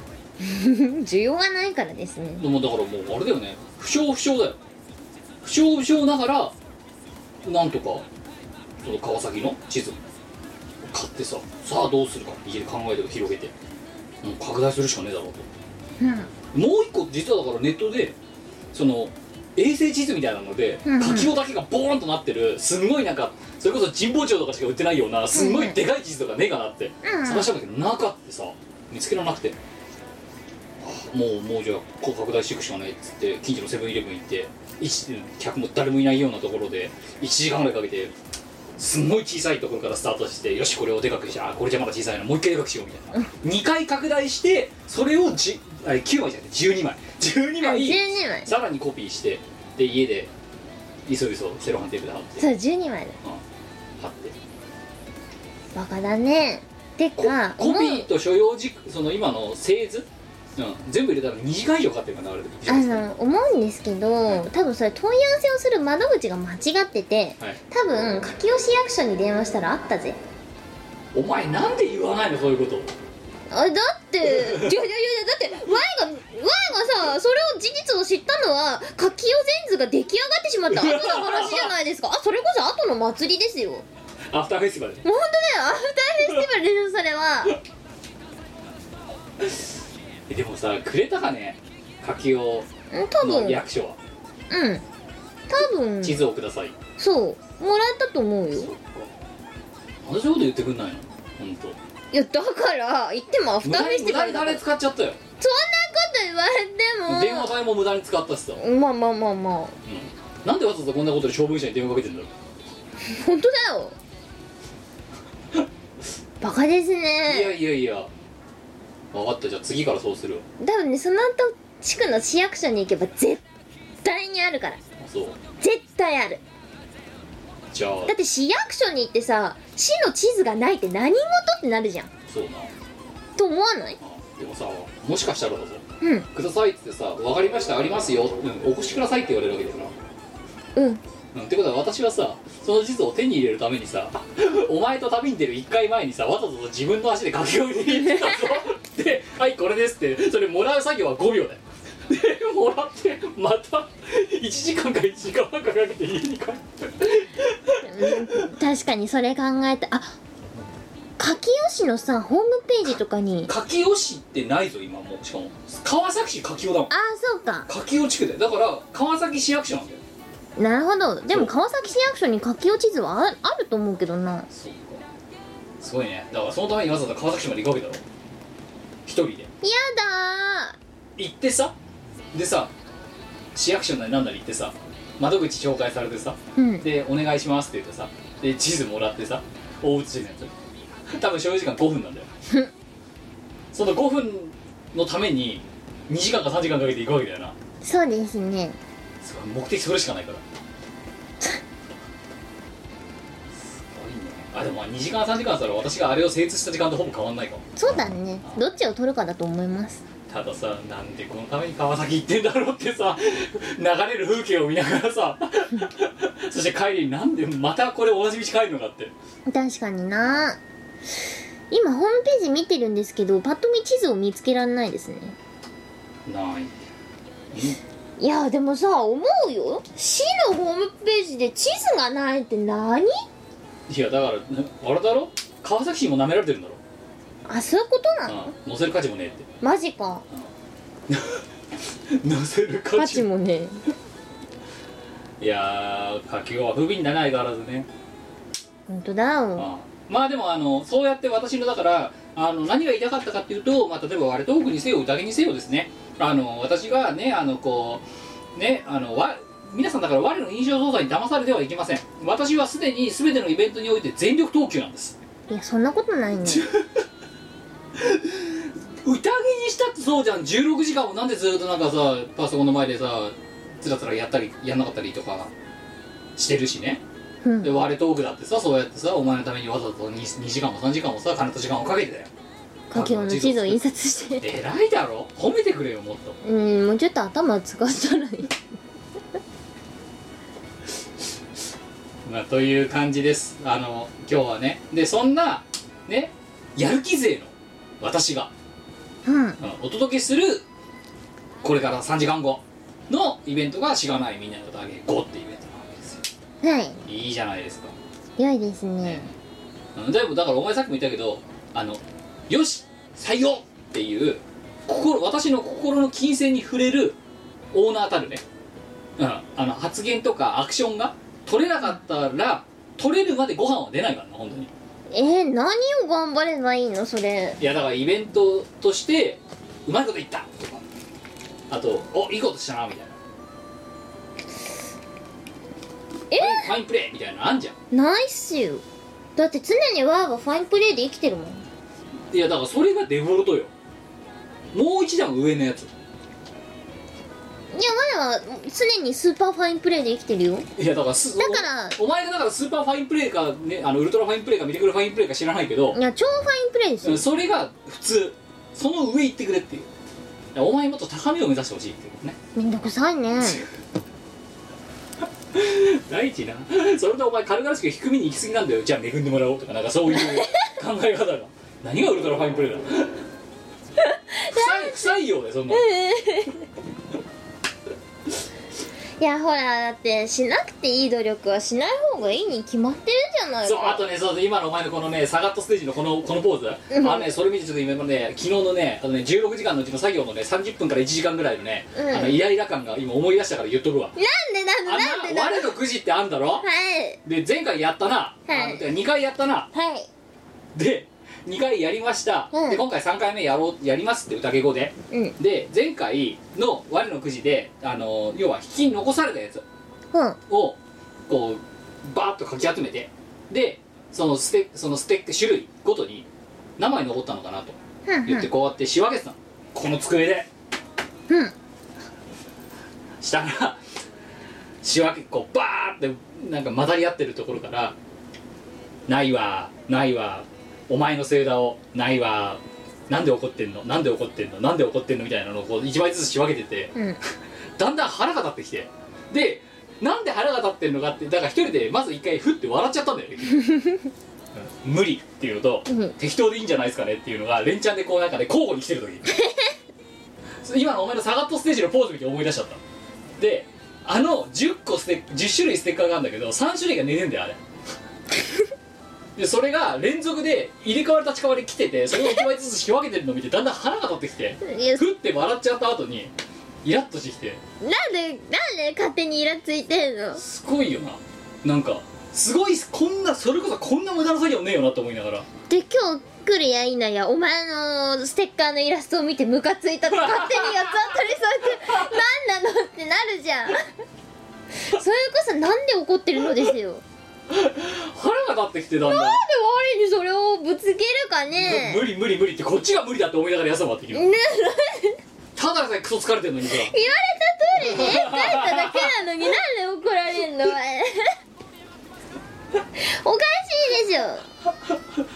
[SPEAKER 1] うん需要がないからですね
[SPEAKER 3] でもだからもうあれだよね不詳不詳だよ不詳不詳ながらなんとかその川崎の地図を買ってささあどうするかって家で考えて広げてもう拡大するしかねえだろうと
[SPEAKER 1] うん
[SPEAKER 3] もう一個実はだからネットでその衛星地図みたいなので
[SPEAKER 1] うんうん
[SPEAKER 3] 柿尾だけがボーンとなってるすんごいなんかそれこそ神保町とかしか売ってないようなすんごいでかい地図とかねえかなって
[SPEAKER 1] うんうん
[SPEAKER 3] 探したんだけどなかってさ見つけられなくてあもうもうじゃあこう拡大していくしかないっつって近所のセブンイレブン行って一客も誰もいないようなところで1時間ぐらいかけてすんごい小さいところからスタートしてよしこれをでかくしてあこれじゃまだ小さいなもう一回でかくしようみたいな2回拡大してそれをじあれ9枚じゃなくて12枚12
[SPEAKER 1] あ
[SPEAKER 3] 枚
[SPEAKER 1] 12枚
[SPEAKER 3] さらにコピーしてで家でいそいそセロハンテープで貼って
[SPEAKER 1] そう12枚だ
[SPEAKER 3] 貼って
[SPEAKER 1] バカだねて
[SPEAKER 3] コ
[SPEAKER 1] か
[SPEAKER 3] コピ
[SPEAKER 1] もう
[SPEAKER 3] ーと所要時その今の製図、うん、全部入れたら2時間以上かかってるから流れてくる
[SPEAKER 1] あの思うんですけど多分それ問い合わせをする窓口が間違ってて
[SPEAKER 3] はい、
[SPEAKER 1] 多分柿尾市役所に電話したらあったぜ
[SPEAKER 3] お前なんで言わないのそういうこと
[SPEAKER 1] あだっていやいやいやだってワイがワイがさそれを事実を知ったのは柿尾全図が出来上がってしまった後の話じゃないですかあそれこそ後の祭りですよもう
[SPEAKER 3] アフターフェスティバルで
[SPEAKER 1] 本当だよアフターフェスティバルでしょそれは
[SPEAKER 3] えでもさくれたかね柿を
[SPEAKER 1] うん多分
[SPEAKER 3] の役所は
[SPEAKER 1] うん多分
[SPEAKER 3] 地図をください、
[SPEAKER 1] そうもらったと思うよ
[SPEAKER 3] そっか同じこと言ってくんないの本当。
[SPEAKER 1] いやだから言ってもアフ
[SPEAKER 3] 無
[SPEAKER 1] ター
[SPEAKER 3] 駄
[SPEAKER 1] フェ
[SPEAKER 3] に
[SPEAKER 1] ス
[SPEAKER 3] 無
[SPEAKER 1] ティ
[SPEAKER 3] 駄
[SPEAKER 1] バ
[SPEAKER 3] に
[SPEAKER 1] ル
[SPEAKER 3] あ
[SPEAKER 1] だから
[SPEAKER 3] れ使っちゃったよ
[SPEAKER 1] そんなこと言
[SPEAKER 3] 電
[SPEAKER 1] わ
[SPEAKER 3] 話
[SPEAKER 1] れて
[SPEAKER 3] 代も無駄に使ったしさ、うん
[SPEAKER 1] もまあまあまあまあ
[SPEAKER 3] なんでわざわざこんなことで消防車に電話かけてんだろ
[SPEAKER 1] 本当だよバカです
[SPEAKER 3] う、いや
[SPEAKER 1] ね
[SPEAKER 3] いやいや分かったじゃあ次からそうするわ
[SPEAKER 1] 多分ねその後地区の市役所に行けば絶対にあるから
[SPEAKER 3] あそう
[SPEAKER 1] 絶対ある
[SPEAKER 3] じゃあ
[SPEAKER 1] だって市役所に行ってさ市の地図がないって何事ってなるじゃん
[SPEAKER 3] そうな
[SPEAKER 1] と思わない
[SPEAKER 3] あでもさもしかしたらだぞ
[SPEAKER 1] うん
[SPEAKER 3] くださいってさ「分かりましたありますよ、うん、お越しください」って言われるわけだよな
[SPEAKER 1] うん
[SPEAKER 3] うんってことは私はさその地図を手に入れるためにさ お前と旅に出る1回前にさわざと自分の足で崖を入れてたぞで「はいこれです」ってそれもらう作業は5秒だよでもらってまた1時間か1時間半かかって家に帰って
[SPEAKER 1] 確かにそれ考えたあ柿吉のさホームページとかに
[SPEAKER 3] 柿尾市ってないぞ今もうしかも川崎市柿尾だもん
[SPEAKER 1] ああそうか
[SPEAKER 3] 柿尾地区でだから川崎市役所なんだよ
[SPEAKER 1] なるほどでも川崎市役所に柿吉地図はああると思うけどな
[SPEAKER 3] そうかすごいねだからそのためにわざわざ川崎市まで行くわけだろ一人で
[SPEAKER 1] やだ
[SPEAKER 3] 行ってさでさ市役所なりなんなり行ってさ窓口紹介されてさ
[SPEAKER 1] ーうん
[SPEAKER 3] で「お願いします」って言ってさで地図もらってさ大写しのやつ 多分所要時間5分なんだよ その5分のために2時間か3時間かけて行くわけだよな
[SPEAKER 1] そうですね
[SPEAKER 3] すごい目的それしかな いからすごいねあでもまあ2時間3時間だったら私があれを精通した時間とほぼ変わんないかも
[SPEAKER 1] そうだねどっちを取るかだと思います
[SPEAKER 3] たださなんでこのために川崎行ってんだろうってさ 流れる風景を見ながらさ そして帰りになんでまたこれ同じ道帰るのかって
[SPEAKER 1] 確かにな今ホームページ見てるんですけどパッと見地図を見つけられないですね
[SPEAKER 3] ない
[SPEAKER 1] いやでもさ思うよ市のホームページで地図がないって何
[SPEAKER 3] いやだからねあれだろ川崎市も舐められてるんだろ、
[SPEAKER 1] あそういうことなの
[SPEAKER 3] うん、載せる価値もね
[SPEAKER 1] マジか
[SPEAKER 3] えって 載せる価
[SPEAKER 1] 価
[SPEAKER 3] 値
[SPEAKER 1] 値
[SPEAKER 3] も
[SPEAKER 1] もね
[SPEAKER 3] いやー柿は不憫だな相変わらずね
[SPEAKER 1] 本当だよ
[SPEAKER 3] うんまあでもあのそうやって私のだからあの何が言いたかったかっていうと、まあ、例えば割れトークにせよ宴にせよですねあの私がねあのこうねあのわ皆さんだから我の印象操作に騙されてはいけません私はすでに全てのイベントにおいて全力投球なんです
[SPEAKER 1] いやそんなこと ないね
[SPEAKER 3] 宴にしたってそうじゃん16時間もなんでずっとなんかさパソコンの前でさつらつらやったりやんなかったりとかしてるしね
[SPEAKER 1] うん
[SPEAKER 3] で割れトークだってさそうやってさお前のためにわざと 2, 2時間も3時間もさ金と時間をかけてだよ
[SPEAKER 1] 家計の地図を印刷して
[SPEAKER 3] 偉いだろ褒めてくれよもっと
[SPEAKER 1] うんもうちょっと頭使ったらいい
[SPEAKER 3] まあ、という感じですあの今日はねでそんなねやる気勢の私が、
[SPEAKER 1] うん
[SPEAKER 3] うんお届けするこれから3時間後のイベントが「しがないみんなの宴5」っていうイベントなわけですよ
[SPEAKER 1] はい
[SPEAKER 3] いいじゃないですか、
[SPEAKER 1] 良いですね
[SPEAKER 3] うん、でもだからお前さっきも言ったけどあの「よし採用!」っていう心私の心の金銭に触れるオーナーたるね、うん、あの発言とかアクションが取れなかったら取れるまでご飯は出ないからな本当に
[SPEAKER 1] えー、何を頑張ればいいのそれ
[SPEAKER 3] いやだからイベントとしてうまいこと言ったとかあとおいいことしたなみたいな
[SPEAKER 1] え
[SPEAKER 3] ファインプレーみたいなのあんじゃん
[SPEAKER 1] ないっすよだって常にわーがファインプレーで生きてるもん
[SPEAKER 3] いやだからそれがデフォルトよもう一段上のやつ
[SPEAKER 1] いや我は常にスーパーファインプレーで生きてるよ
[SPEAKER 3] いやだからす
[SPEAKER 1] だから
[SPEAKER 3] おお前がだからスーパーファインプレーか、ね、あのウルトラファインプレーかミリクルファインプレーか知らないけど
[SPEAKER 1] いや超ファインプレーですよ
[SPEAKER 3] それが普通その上行ってくれっていうだからお前もっと高みを目指してほしいっていうことね
[SPEAKER 1] めんどくさいね
[SPEAKER 3] 第一なそれでお前軽々しく低めに行き過ぎなんだよじゃあ恵んでもらおうとかなんかそういう 考え方が何がウルトラファインプレーだ不採不採用だよそんなの
[SPEAKER 1] いやほらだってしなくていい努力はしない方がいいに決まってるじゃない
[SPEAKER 3] そうあ
[SPEAKER 1] か
[SPEAKER 3] とねそう今のお前のこのねサガットステージのこのこのポーズ、
[SPEAKER 1] うん
[SPEAKER 3] あのねそれ見てちょっと今のね昨日のねあのね16時間のうちの作業のね30分から1時間ぐらいのね、
[SPEAKER 1] うん
[SPEAKER 3] あのイライラ感が今思い出したから言っとくわ
[SPEAKER 1] なんでなんで
[SPEAKER 3] あ
[SPEAKER 1] なんで
[SPEAKER 3] ん
[SPEAKER 1] な
[SPEAKER 3] な
[SPEAKER 1] んで
[SPEAKER 3] 我のくじってあんだろ
[SPEAKER 1] はい
[SPEAKER 3] で前回やったな、
[SPEAKER 1] はい
[SPEAKER 3] あの2回やった
[SPEAKER 1] は
[SPEAKER 3] な
[SPEAKER 1] い
[SPEAKER 3] で2回やりました、
[SPEAKER 1] うん
[SPEAKER 3] で今回3回目やろうやりますって宴語で
[SPEAKER 1] うん
[SPEAKER 3] で前回の「我のくじで」あの要は引きに残されたやつ
[SPEAKER 1] うん
[SPEAKER 3] をこうバーッとかき集めてでそのステそのステック種類ごとに何枚残ったのかなと
[SPEAKER 1] うん
[SPEAKER 3] 言ってこうやって仕分けてたの、この机で
[SPEAKER 1] うんうん
[SPEAKER 3] したら仕分けこうバーってなんか混ざり合ってるところから「ないわないわお前のせいだをないわなんで怒ってんのなんで怒ってんのなんで怒ってんの」みたいなのをこう1枚ずつ仕分けてて
[SPEAKER 1] うん
[SPEAKER 3] だんだん腹が立ってきてでなんで腹が立ってるのかってだから一人でまず一回ふって笑っちゃったんだ よねうん無理っていうのと、
[SPEAKER 1] うん
[SPEAKER 3] 適当でいいんじゃないですかねっていうのが連チャンでこうなんかね交互に来てる時に そう今のお前のサガットステージのポーズ見て思い出しちゃったであの10個ステッ10種類ステッカーがあるんだけど3種類が寝ねえんだ よあれでそれが連続で入れ替わり立ち替わり来ててそれを1枚ずつ仕分けてるのを見てだんだん腹が立ってきて
[SPEAKER 1] いや
[SPEAKER 3] ふって笑っちゃった後にイラッとしてきて
[SPEAKER 1] なんでなんで勝手にイラついてんの
[SPEAKER 3] すごいよななんかすごいこんなそれこそこんな無駄な作業ねえよなと思いながら
[SPEAKER 1] で今日来るやいなやお前のステッカーのイラストを見てムカつい たと勝手にやつ当たりされて何なのってなるじゃんそれこそなんで怒ってるのですよなんで
[SPEAKER 3] 腹が立ってきてだんだん
[SPEAKER 1] 我にそれをぶつけるかね
[SPEAKER 3] 無理無理無理ってこっちが無理だって思いながら休まってきる
[SPEAKER 1] ね
[SPEAKER 3] ただでさえクソ疲れてるのにさ
[SPEAKER 1] 言われた通りね書いただけなのになんで怒られんのお前おかしいでしょ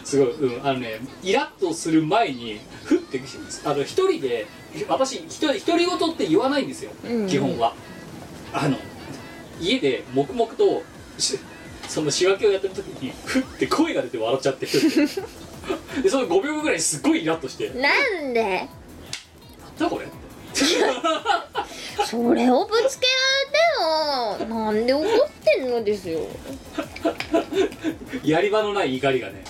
[SPEAKER 3] すごい、うん、あのねイラッとする前にふってきてあの一人で私一人独り言って言わないんですよ、
[SPEAKER 1] うん
[SPEAKER 3] 基本はあの家で黙々としその仕分けをやってる時にふって声が出て笑っちゃって一人ででその5秒後ぐらいにすっごいイラッとして「なん
[SPEAKER 1] なんで
[SPEAKER 3] だこれ?」って
[SPEAKER 1] それをぶつけられてよなんで怒ってんのですよ
[SPEAKER 3] やり場のない怒りがね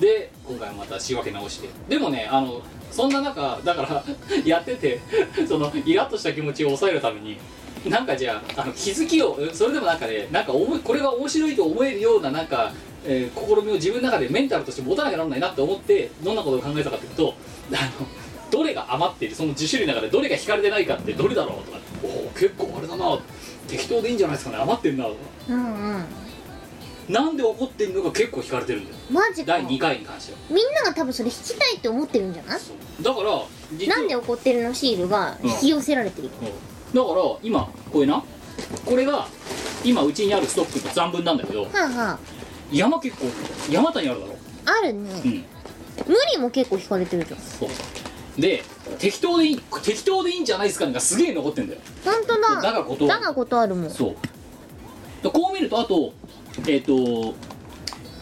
[SPEAKER 3] で今回また仕分け直してでもねあのそんな中だからやっててそのイラッとした気持ちを抑えるためになんかじゃああの気づきをうんそれでもなんかねなんか思いこれが面白いと思えるようななんか、えー試みを自分の中でメンタルとして持たなきゃならないなって思ってどんなことを考えたかというとあのどれが余っているその10種類の中でどれが引かれてないかってどれだろうとかおお結構あれだな適当でいいんじゃないですかね余ってるなとか
[SPEAKER 1] うんうん
[SPEAKER 3] なんで怒ってんのが結構惹かれてるんだよ
[SPEAKER 1] マジか
[SPEAKER 3] 第2回に関しては
[SPEAKER 1] みんなが多分それ引きたいって思ってるんじゃない
[SPEAKER 3] だから実は
[SPEAKER 1] なんで怒ってるのシールが引き寄せられている、
[SPEAKER 3] うんだから今これなこれが今うちにあるストックの残分なんだけど
[SPEAKER 1] はあはあ
[SPEAKER 3] 山結構山谷あるだろ
[SPEAKER 1] あるね
[SPEAKER 3] うん
[SPEAKER 1] 無理も結構引かれてるじゃん
[SPEAKER 3] そうで適当でいい適当でいいんじゃないですかねがすげえ残ってんだよ
[SPEAKER 1] ほんとだ
[SPEAKER 3] だが断る
[SPEAKER 1] だが断るもん
[SPEAKER 3] そうだこう見るとあとえっ、と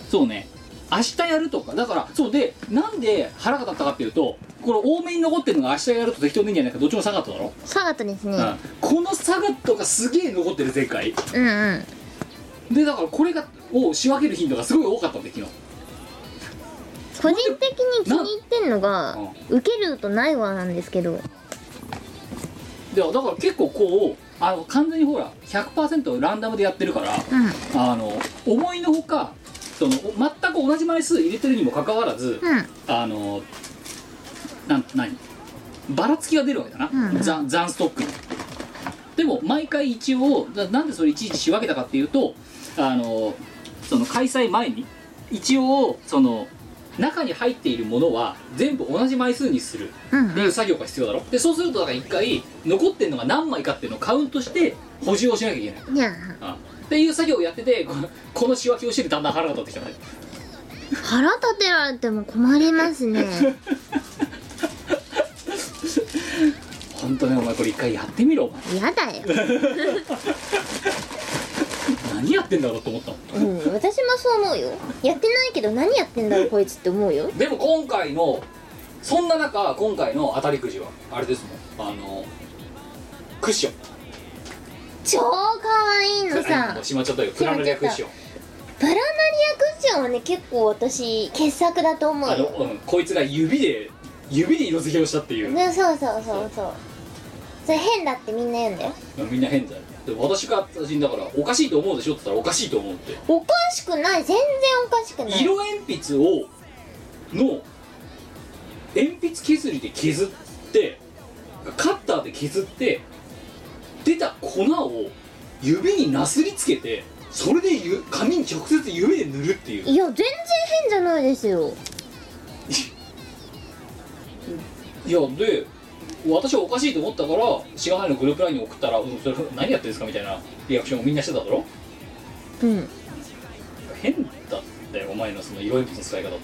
[SPEAKER 3] そうね明日やるとかだからそうでなんで腹が立ったかっていうとこれ多めに残ってるのが明日やると適当でいいんじゃないかどっちも下がっただろ
[SPEAKER 1] サガットですね、
[SPEAKER 3] このサガットがすげえ残ってる前回
[SPEAKER 1] うん、うんうん
[SPEAKER 3] でだからこれがを仕分ける頻度がすごい多かったんで昨日
[SPEAKER 1] 個人的に気に入ってんのが
[SPEAKER 3] な
[SPEAKER 1] 受けるとないわなんですけど
[SPEAKER 3] でだから結構こうあの完全にほら100%ランダムでやってるか
[SPEAKER 1] う
[SPEAKER 3] らあの思いのほかそのお全く同じ枚数入れてるにもかかわらず
[SPEAKER 1] んうん
[SPEAKER 3] あのなん何ばらつきが出るわけだな、
[SPEAKER 1] うんうん
[SPEAKER 3] ザンザンストックにでも毎回一応だなんでそれいちいち仕分けたかっていうとあのその開催前に一応その中に入っているものは全部同じ枚数にする
[SPEAKER 1] うん
[SPEAKER 3] っていう作業が必要だろでそうするとだから一回残ってるのが何枚かっていうのをカウントして補充をしなきゃいけない
[SPEAKER 1] うんいや
[SPEAKER 3] あっていう作業をやっててこのこの仕分けをしててだんだん腹が立ってきたんだよ
[SPEAKER 1] 腹立てられても困ります ね
[SPEAKER 3] 本当ねお前これ一回やってみろお前
[SPEAKER 1] やだよ、
[SPEAKER 3] 何やってんだろうと思ったの
[SPEAKER 1] うん、私もそう思うよやってないけど何やってんだろうこいつって思うよ
[SPEAKER 3] でも今回のそんな中今回の当たりくじはあれですもんあのクッション
[SPEAKER 1] 超可愛いのさ
[SPEAKER 3] もうしまっちゃったよプラナリアクッション
[SPEAKER 1] プラナリアクッションはね結構私傑作だと思
[SPEAKER 3] あ
[SPEAKER 1] う
[SPEAKER 3] の、
[SPEAKER 1] よ
[SPEAKER 3] うん、こいつが指で指で色付けをしたっていう、
[SPEAKER 1] ねそうそうそうそうそれ変だってみんな言うんだよ
[SPEAKER 3] みんな変だよでも私が私にだからおかしいと思うでしょって言ったらおかしいと思うって、
[SPEAKER 1] おかしくない全然おかしくない
[SPEAKER 3] 色鉛筆をの鉛筆削りで削ってカッターで削って出た粉を指になすりつけてそれでゆ紙に直接指で塗るっていう
[SPEAKER 1] いや全然変じゃないですよ
[SPEAKER 3] いやで私はおかしいと思ったからしがないのグループラインに送ったら「うんそれ何やってるんですか?」みたいなリアクションをみんなしてただろ
[SPEAKER 1] うん
[SPEAKER 3] 変だったよお前のその色鉛筆の使い方って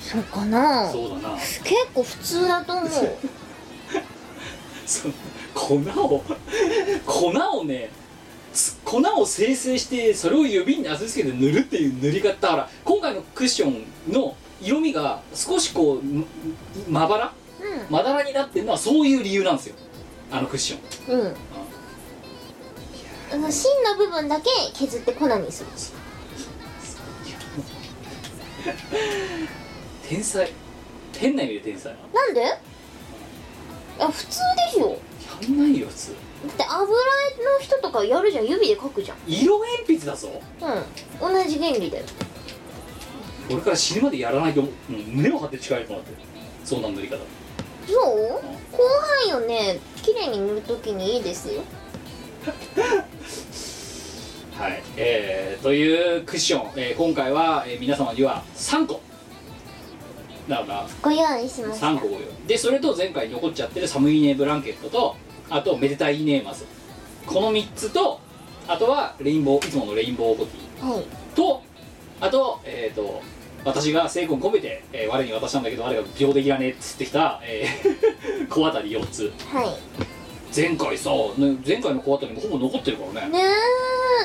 [SPEAKER 1] そうかな
[SPEAKER 3] そうだな
[SPEAKER 1] 結構普通だと思う
[SPEAKER 3] その粉を粉をねつ粉を生成してそれを指になすりつけて塗るっていう塗り方だから今回のクッションの色味が少しこうままばら
[SPEAKER 1] う
[SPEAKER 3] まだらになってるのはそういう理由なんですよあのクッション
[SPEAKER 1] んうんあの芯の部分だけ削って粉にする
[SPEAKER 3] 天才変な意味で天才や
[SPEAKER 1] なんであ普通でしょ
[SPEAKER 3] んないよ普通
[SPEAKER 1] だって油絵の人とかやるじゃん指で描くじゃん
[SPEAKER 3] 色鉛筆だぞ
[SPEAKER 1] うん同じ原理だよ
[SPEAKER 3] 俺から死ぬまでやらないと思う、うん、胸を張って誓えるとなってそんな塗り方
[SPEAKER 1] そう広範囲をね綺麗に塗るときにいいですよ
[SPEAKER 3] はいえー、というクッション、えー今回は、えー皆様には3個だから
[SPEAKER 1] ご用意しました
[SPEAKER 3] 3個ご用意でそれと前回残っちゃってるサムイネブランケットとあとめでたいイネーマスこの3つとあとはレインボーいつものレインボーボティ
[SPEAKER 1] はい
[SPEAKER 3] とあとえっ、と私が精魂込めて、えー我に渡したんだけど我が秒できらねえっつってきた、えー 小当たり4つ
[SPEAKER 1] は
[SPEAKER 3] 前回さ、ね前回の小当たりもほぼ残ってるから
[SPEAKER 1] い
[SPEAKER 3] ね
[SPEAKER 1] ね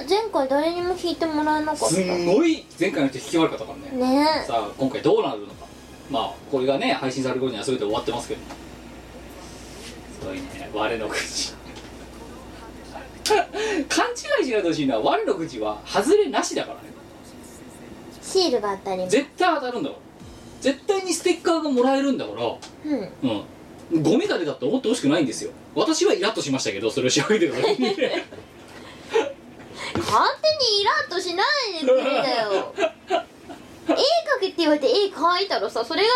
[SPEAKER 1] え前回誰にも弾いてもらえなかった
[SPEAKER 3] すん
[SPEAKER 1] ね
[SPEAKER 3] ごい前回の人引き悪かったからね
[SPEAKER 1] え
[SPEAKER 3] さあ今回どうなるのかまあこれがね配信される頃には全て終わってますけどすごいね我のくじ 勘違いしないでほしいのは我のくじは外れなしだからね
[SPEAKER 1] シールが当たります
[SPEAKER 3] 絶対当たるんだから絶対にステッカーがもらえるんだから
[SPEAKER 1] うん
[SPEAKER 3] うんゴミが出たって思ってほしくないんですよ私はイラッとしましたけどそれを調べてください
[SPEAKER 1] 勝手にイラッとしないでくれだよ絵描けって言われて絵描いたらさそれが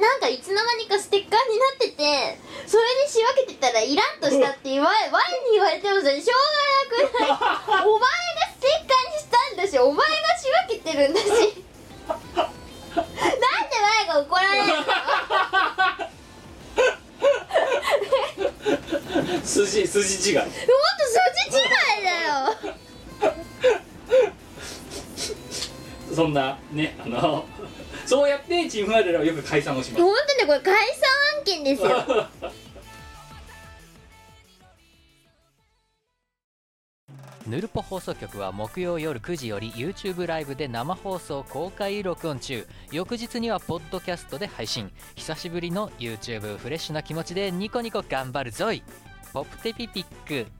[SPEAKER 1] なんかいつの間にかステッカーになっててそれで仕分けてたらイラッとしたって言われ我に言われてもそれしょうがなくないお前がステッカーにしたんだしお前が仕分けてるんだしなんで我が怒られるの
[SPEAKER 3] 筋筋違い
[SPEAKER 1] もっとそっち違いだよ
[SPEAKER 3] そんなねあのそうやってチームワールドはよく解散をします
[SPEAKER 1] 本当ねこれ解散案件ですよ
[SPEAKER 4] ぬるぽ放送局は木曜夜9時より YouTube ライブで生放送公開録音中翌日にはポッドキャストで配信久しぶりの YouTube フレッシュな気持ちでニコニコ頑張るぞいポップテピピック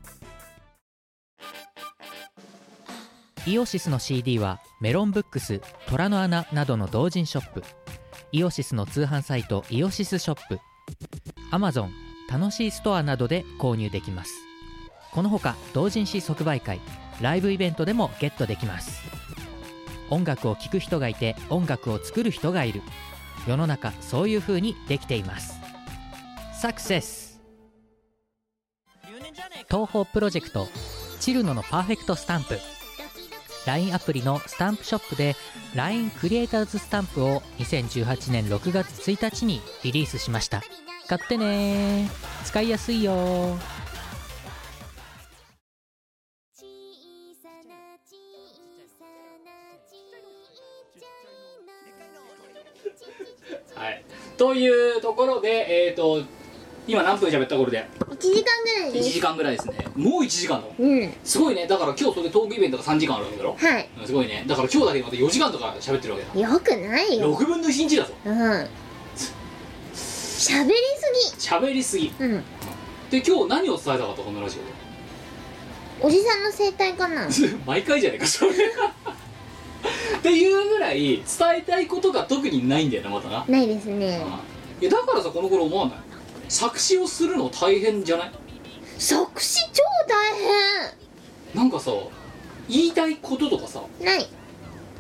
[SPEAKER 4] イオシスの CD はメロンブックス虎の穴などの同人ショップイオシスの通販サイトイオシスショップ Amazon 楽しいストアなどで購入できますこのほか同人誌即売会ライブイベントでもゲットできます音楽を聴く人がいて音楽を作る人がいる世の中そういう風にできていますサクセス東宝プロジェクトチルノのパーフェクトスタンプ LINE アプリのスタンプショップで LINE クリエイターズスタンプを2018年6月1日にリリースしました買ってねー使いやすいよー
[SPEAKER 3] はい、というところで、えー、と今何分喋った頃で
[SPEAKER 1] 1時間ぐらい
[SPEAKER 3] 1
[SPEAKER 1] です
[SPEAKER 3] 時間ぐらいですねもう1時間だ
[SPEAKER 1] うん
[SPEAKER 3] すごいねだから今日それでトークイベントが3時間あるわけだろ
[SPEAKER 1] はい
[SPEAKER 3] うんすごいねだから今日だけでまた4時間とか喋ってるわけだ
[SPEAKER 1] よくないよ
[SPEAKER 3] 6分の1日だぞ
[SPEAKER 1] うん喋りす
[SPEAKER 3] 喋りすぎ
[SPEAKER 1] ぎうん
[SPEAKER 3] で今日何を伝えたかったこのラジオ
[SPEAKER 1] おじさんの生態かな
[SPEAKER 3] で 毎回じゃねえかそれっていうぐらい伝えたいことが特にないんだよなまたな
[SPEAKER 1] ないですね
[SPEAKER 3] いやだからさこの頃思わない作詞をするの大変じゃない
[SPEAKER 1] 作詞超大
[SPEAKER 3] なんかさ言いたいこととかさ
[SPEAKER 1] 変ない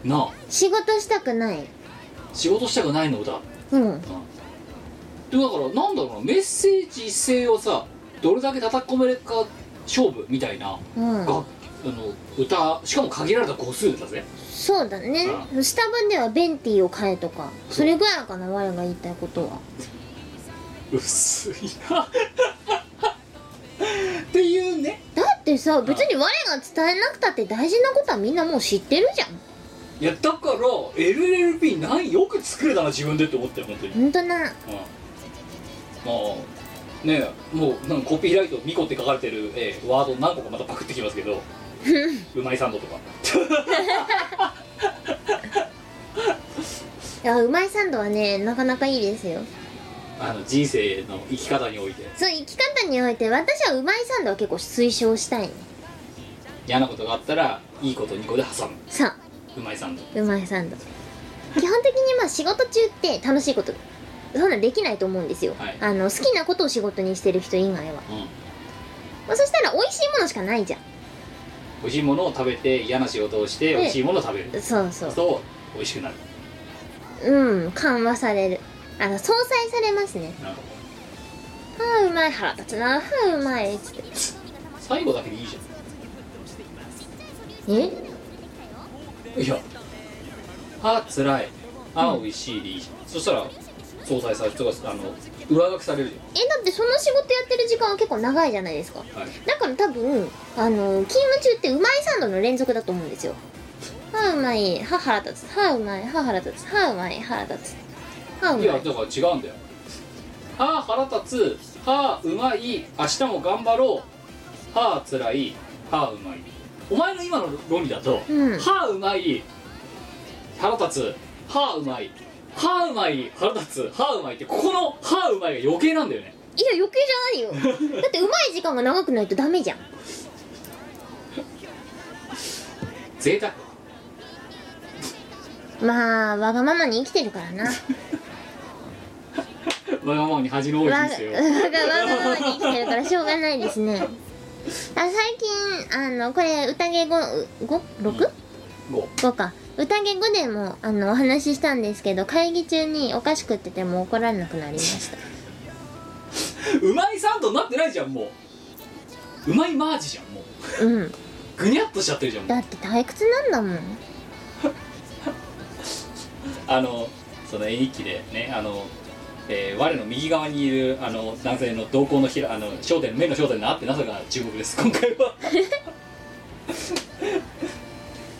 [SPEAKER 3] なあ
[SPEAKER 1] 仕事したくない
[SPEAKER 3] 仕事したくないの歌
[SPEAKER 1] うん
[SPEAKER 3] でだからなんだろうなメッセージ性をさどれだけ叩き込めるか勝負みたいな、
[SPEAKER 1] うん
[SPEAKER 3] があの歌しかも限られた個数だぜ
[SPEAKER 1] そうだねスタバではベンティーを買えとかそれぐらいかな我が言いたいことは
[SPEAKER 3] 薄いなっていうね
[SPEAKER 1] だってさ別に我が伝えなくたって大事なことはみんなもう知ってるじゃん
[SPEAKER 3] いやだから LLP ないよく作れたな自分でって思ったよ本当に、うん、
[SPEAKER 1] 本当な
[SPEAKER 3] まあねえもうなんかコピーライト「ミコ」って書かれてる、えーワード何個かまたパクってきます けどうまいサンドとか
[SPEAKER 1] いやうまいサンドはねなかなかいいですよ
[SPEAKER 3] あの人生の生き方において
[SPEAKER 1] そう生き方において私はうまいサンドは結構推奨したいね
[SPEAKER 3] 嫌なことがあったらいいこと2個で挟む
[SPEAKER 1] さあ
[SPEAKER 3] うまいサンド
[SPEAKER 1] うまいサンド基本的にまあ仕事中って楽しいことそんなんできないと思うんですよ、
[SPEAKER 3] はい
[SPEAKER 1] あの好きなことを仕事にしてる人以外は、
[SPEAKER 3] うん
[SPEAKER 1] まあ、そしたら美味しいものしかないじゃ
[SPEAKER 3] 美味しいものを食べて嫌な仕事をして
[SPEAKER 1] うん
[SPEAKER 3] 美味しいものを食べる
[SPEAKER 1] んそうそう
[SPEAKER 3] と美味しくなる
[SPEAKER 1] うん緩和されるあの相殺されますね
[SPEAKER 3] なるほど
[SPEAKER 1] ああうまい腹立つなああうまいっつって
[SPEAKER 3] 最後だけでいいじゃ
[SPEAKER 1] え
[SPEAKER 3] んいやあつらいあ美味しいでいいじゃん、そしたら総裁さんとかあの上書きされるじ
[SPEAKER 1] えだってその仕事やってる時間は結構長いじゃないですか
[SPEAKER 3] ゃん、はい、
[SPEAKER 1] だから多分あの勤務中ってうまいサンドの連続だと思うんですよはあうまいはあ腹立つはあうまいはあ腹立つはあうまい腹立つはあうま
[SPEAKER 3] い
[SPEAKER 1] い
[SPEAKER 3] やだから違うんだよはあ腹立つはあうまい明日も頑張ろうはあつらいはあうまいお前の今の論理だと、
[SPEAKER 1] うん
[SPEAKER 3] はあうまい腹立つはあうまいはあうまい腹立つはあうまいってここのはあうまいが余計なんだよね
[SPEAKER 1] いや余計じゃない よだってうまい時間が長くないとダメじゃん
[SPEAKER 3] 贅沢
[SPEAKER 1] まあわがままに生きてるからなわ
[SPEAKER 3] わがままに恥の多い
[SPEAKER 1] がわ
[SPEAKER 3] 人
[SPEAKER 1] が
[SPEAKER 3] 生を
[SPEAKER 1] わがままに生きてるからしょうがないですねあ最近あのこれ宴556、
[SPEAKER 3] 五
[SPEAKER 1] そうか宴5でもあのお話ししたんですけど会議中にお菓子食ってても怒られなくなりました
[SPEAKER 3] うまいサンドになってないじゃんもううまいマージじゃんもう
[SPEAKER 1] うん
[SPEAKER 3] ぐにゃっとしちゃってるじゃんもう
[SPEAKER 1] だって退屈なんだもん
[SPEAKER 3] あのその絵日記でねあの、えー我の右側にいるあの男性の瞳孔のひらあの焦点目の焦点があってなさが注目です今回は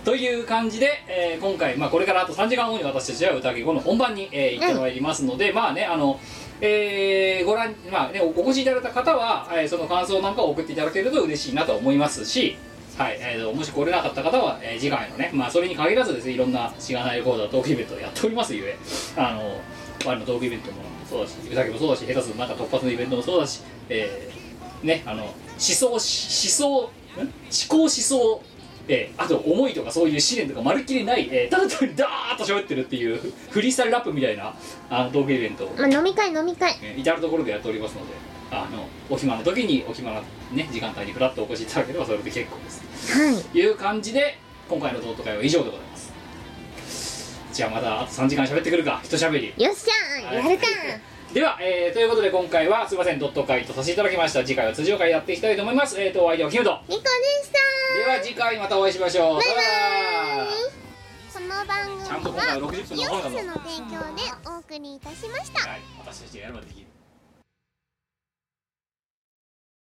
[SPEAKER 3] という感じで、えー今回、まあ、これからあと3時間後に私たちは宴後の本番に、えー行ってまいりますので、まあねあのえーご覧、まあね、おお越しいただいた方は、えーその感想なんかを送っていただけると嬉しいなと思いますし、はいえーと、もし来れなかった方は、えー次回のね、まあ、それに限らずですねいろんなしがないレコーダートークイベントをやっておりますゆえあの我のトークイベントもそうだしうさぎもそうだし下手するとなんか突発のイベントもそうだし、えーねあの思想思想ん思考思想えーあと思いとかそういう試練とかまるっきりない、えーただ単にダーッと喋ってるっていう フリースタイルラップみたいなあのトークイベントを
[SPEAKER 1] まあ飲み会飲み会
[SPEAKER 3] えー至る所でやっておりますのであのお暇の時にお暇な、ね、時間帯にふらっとお越しいただければそれで結構です
[SPEAKER 1] はい
[SPEAKER 3] という感じで今回のトート会は以上でございますじゃあまたあと3時間喋ってくるか一喋り
[SPEAKER 1] よっしゃーやるか
[SPEAKER 3] では、えーということで今回はすいませんドット会とさせていただきました次回は通常会やっていきたいと思いますえーとお相手はキムト
[SPEAKER 1] ニコでし
[SPEAKER 3] では次回またお会いしましょうバイ
[SPEAKER 1] た
[SPEAKER 3] バイ
[SPEAKER 1] この番組
[SPEAKER 3] ちゃんと今回は60分の方なの
[SPEAKER 1] 提供でお送りいたしました
[SPEAKER 3] はい私たちがやるまでできる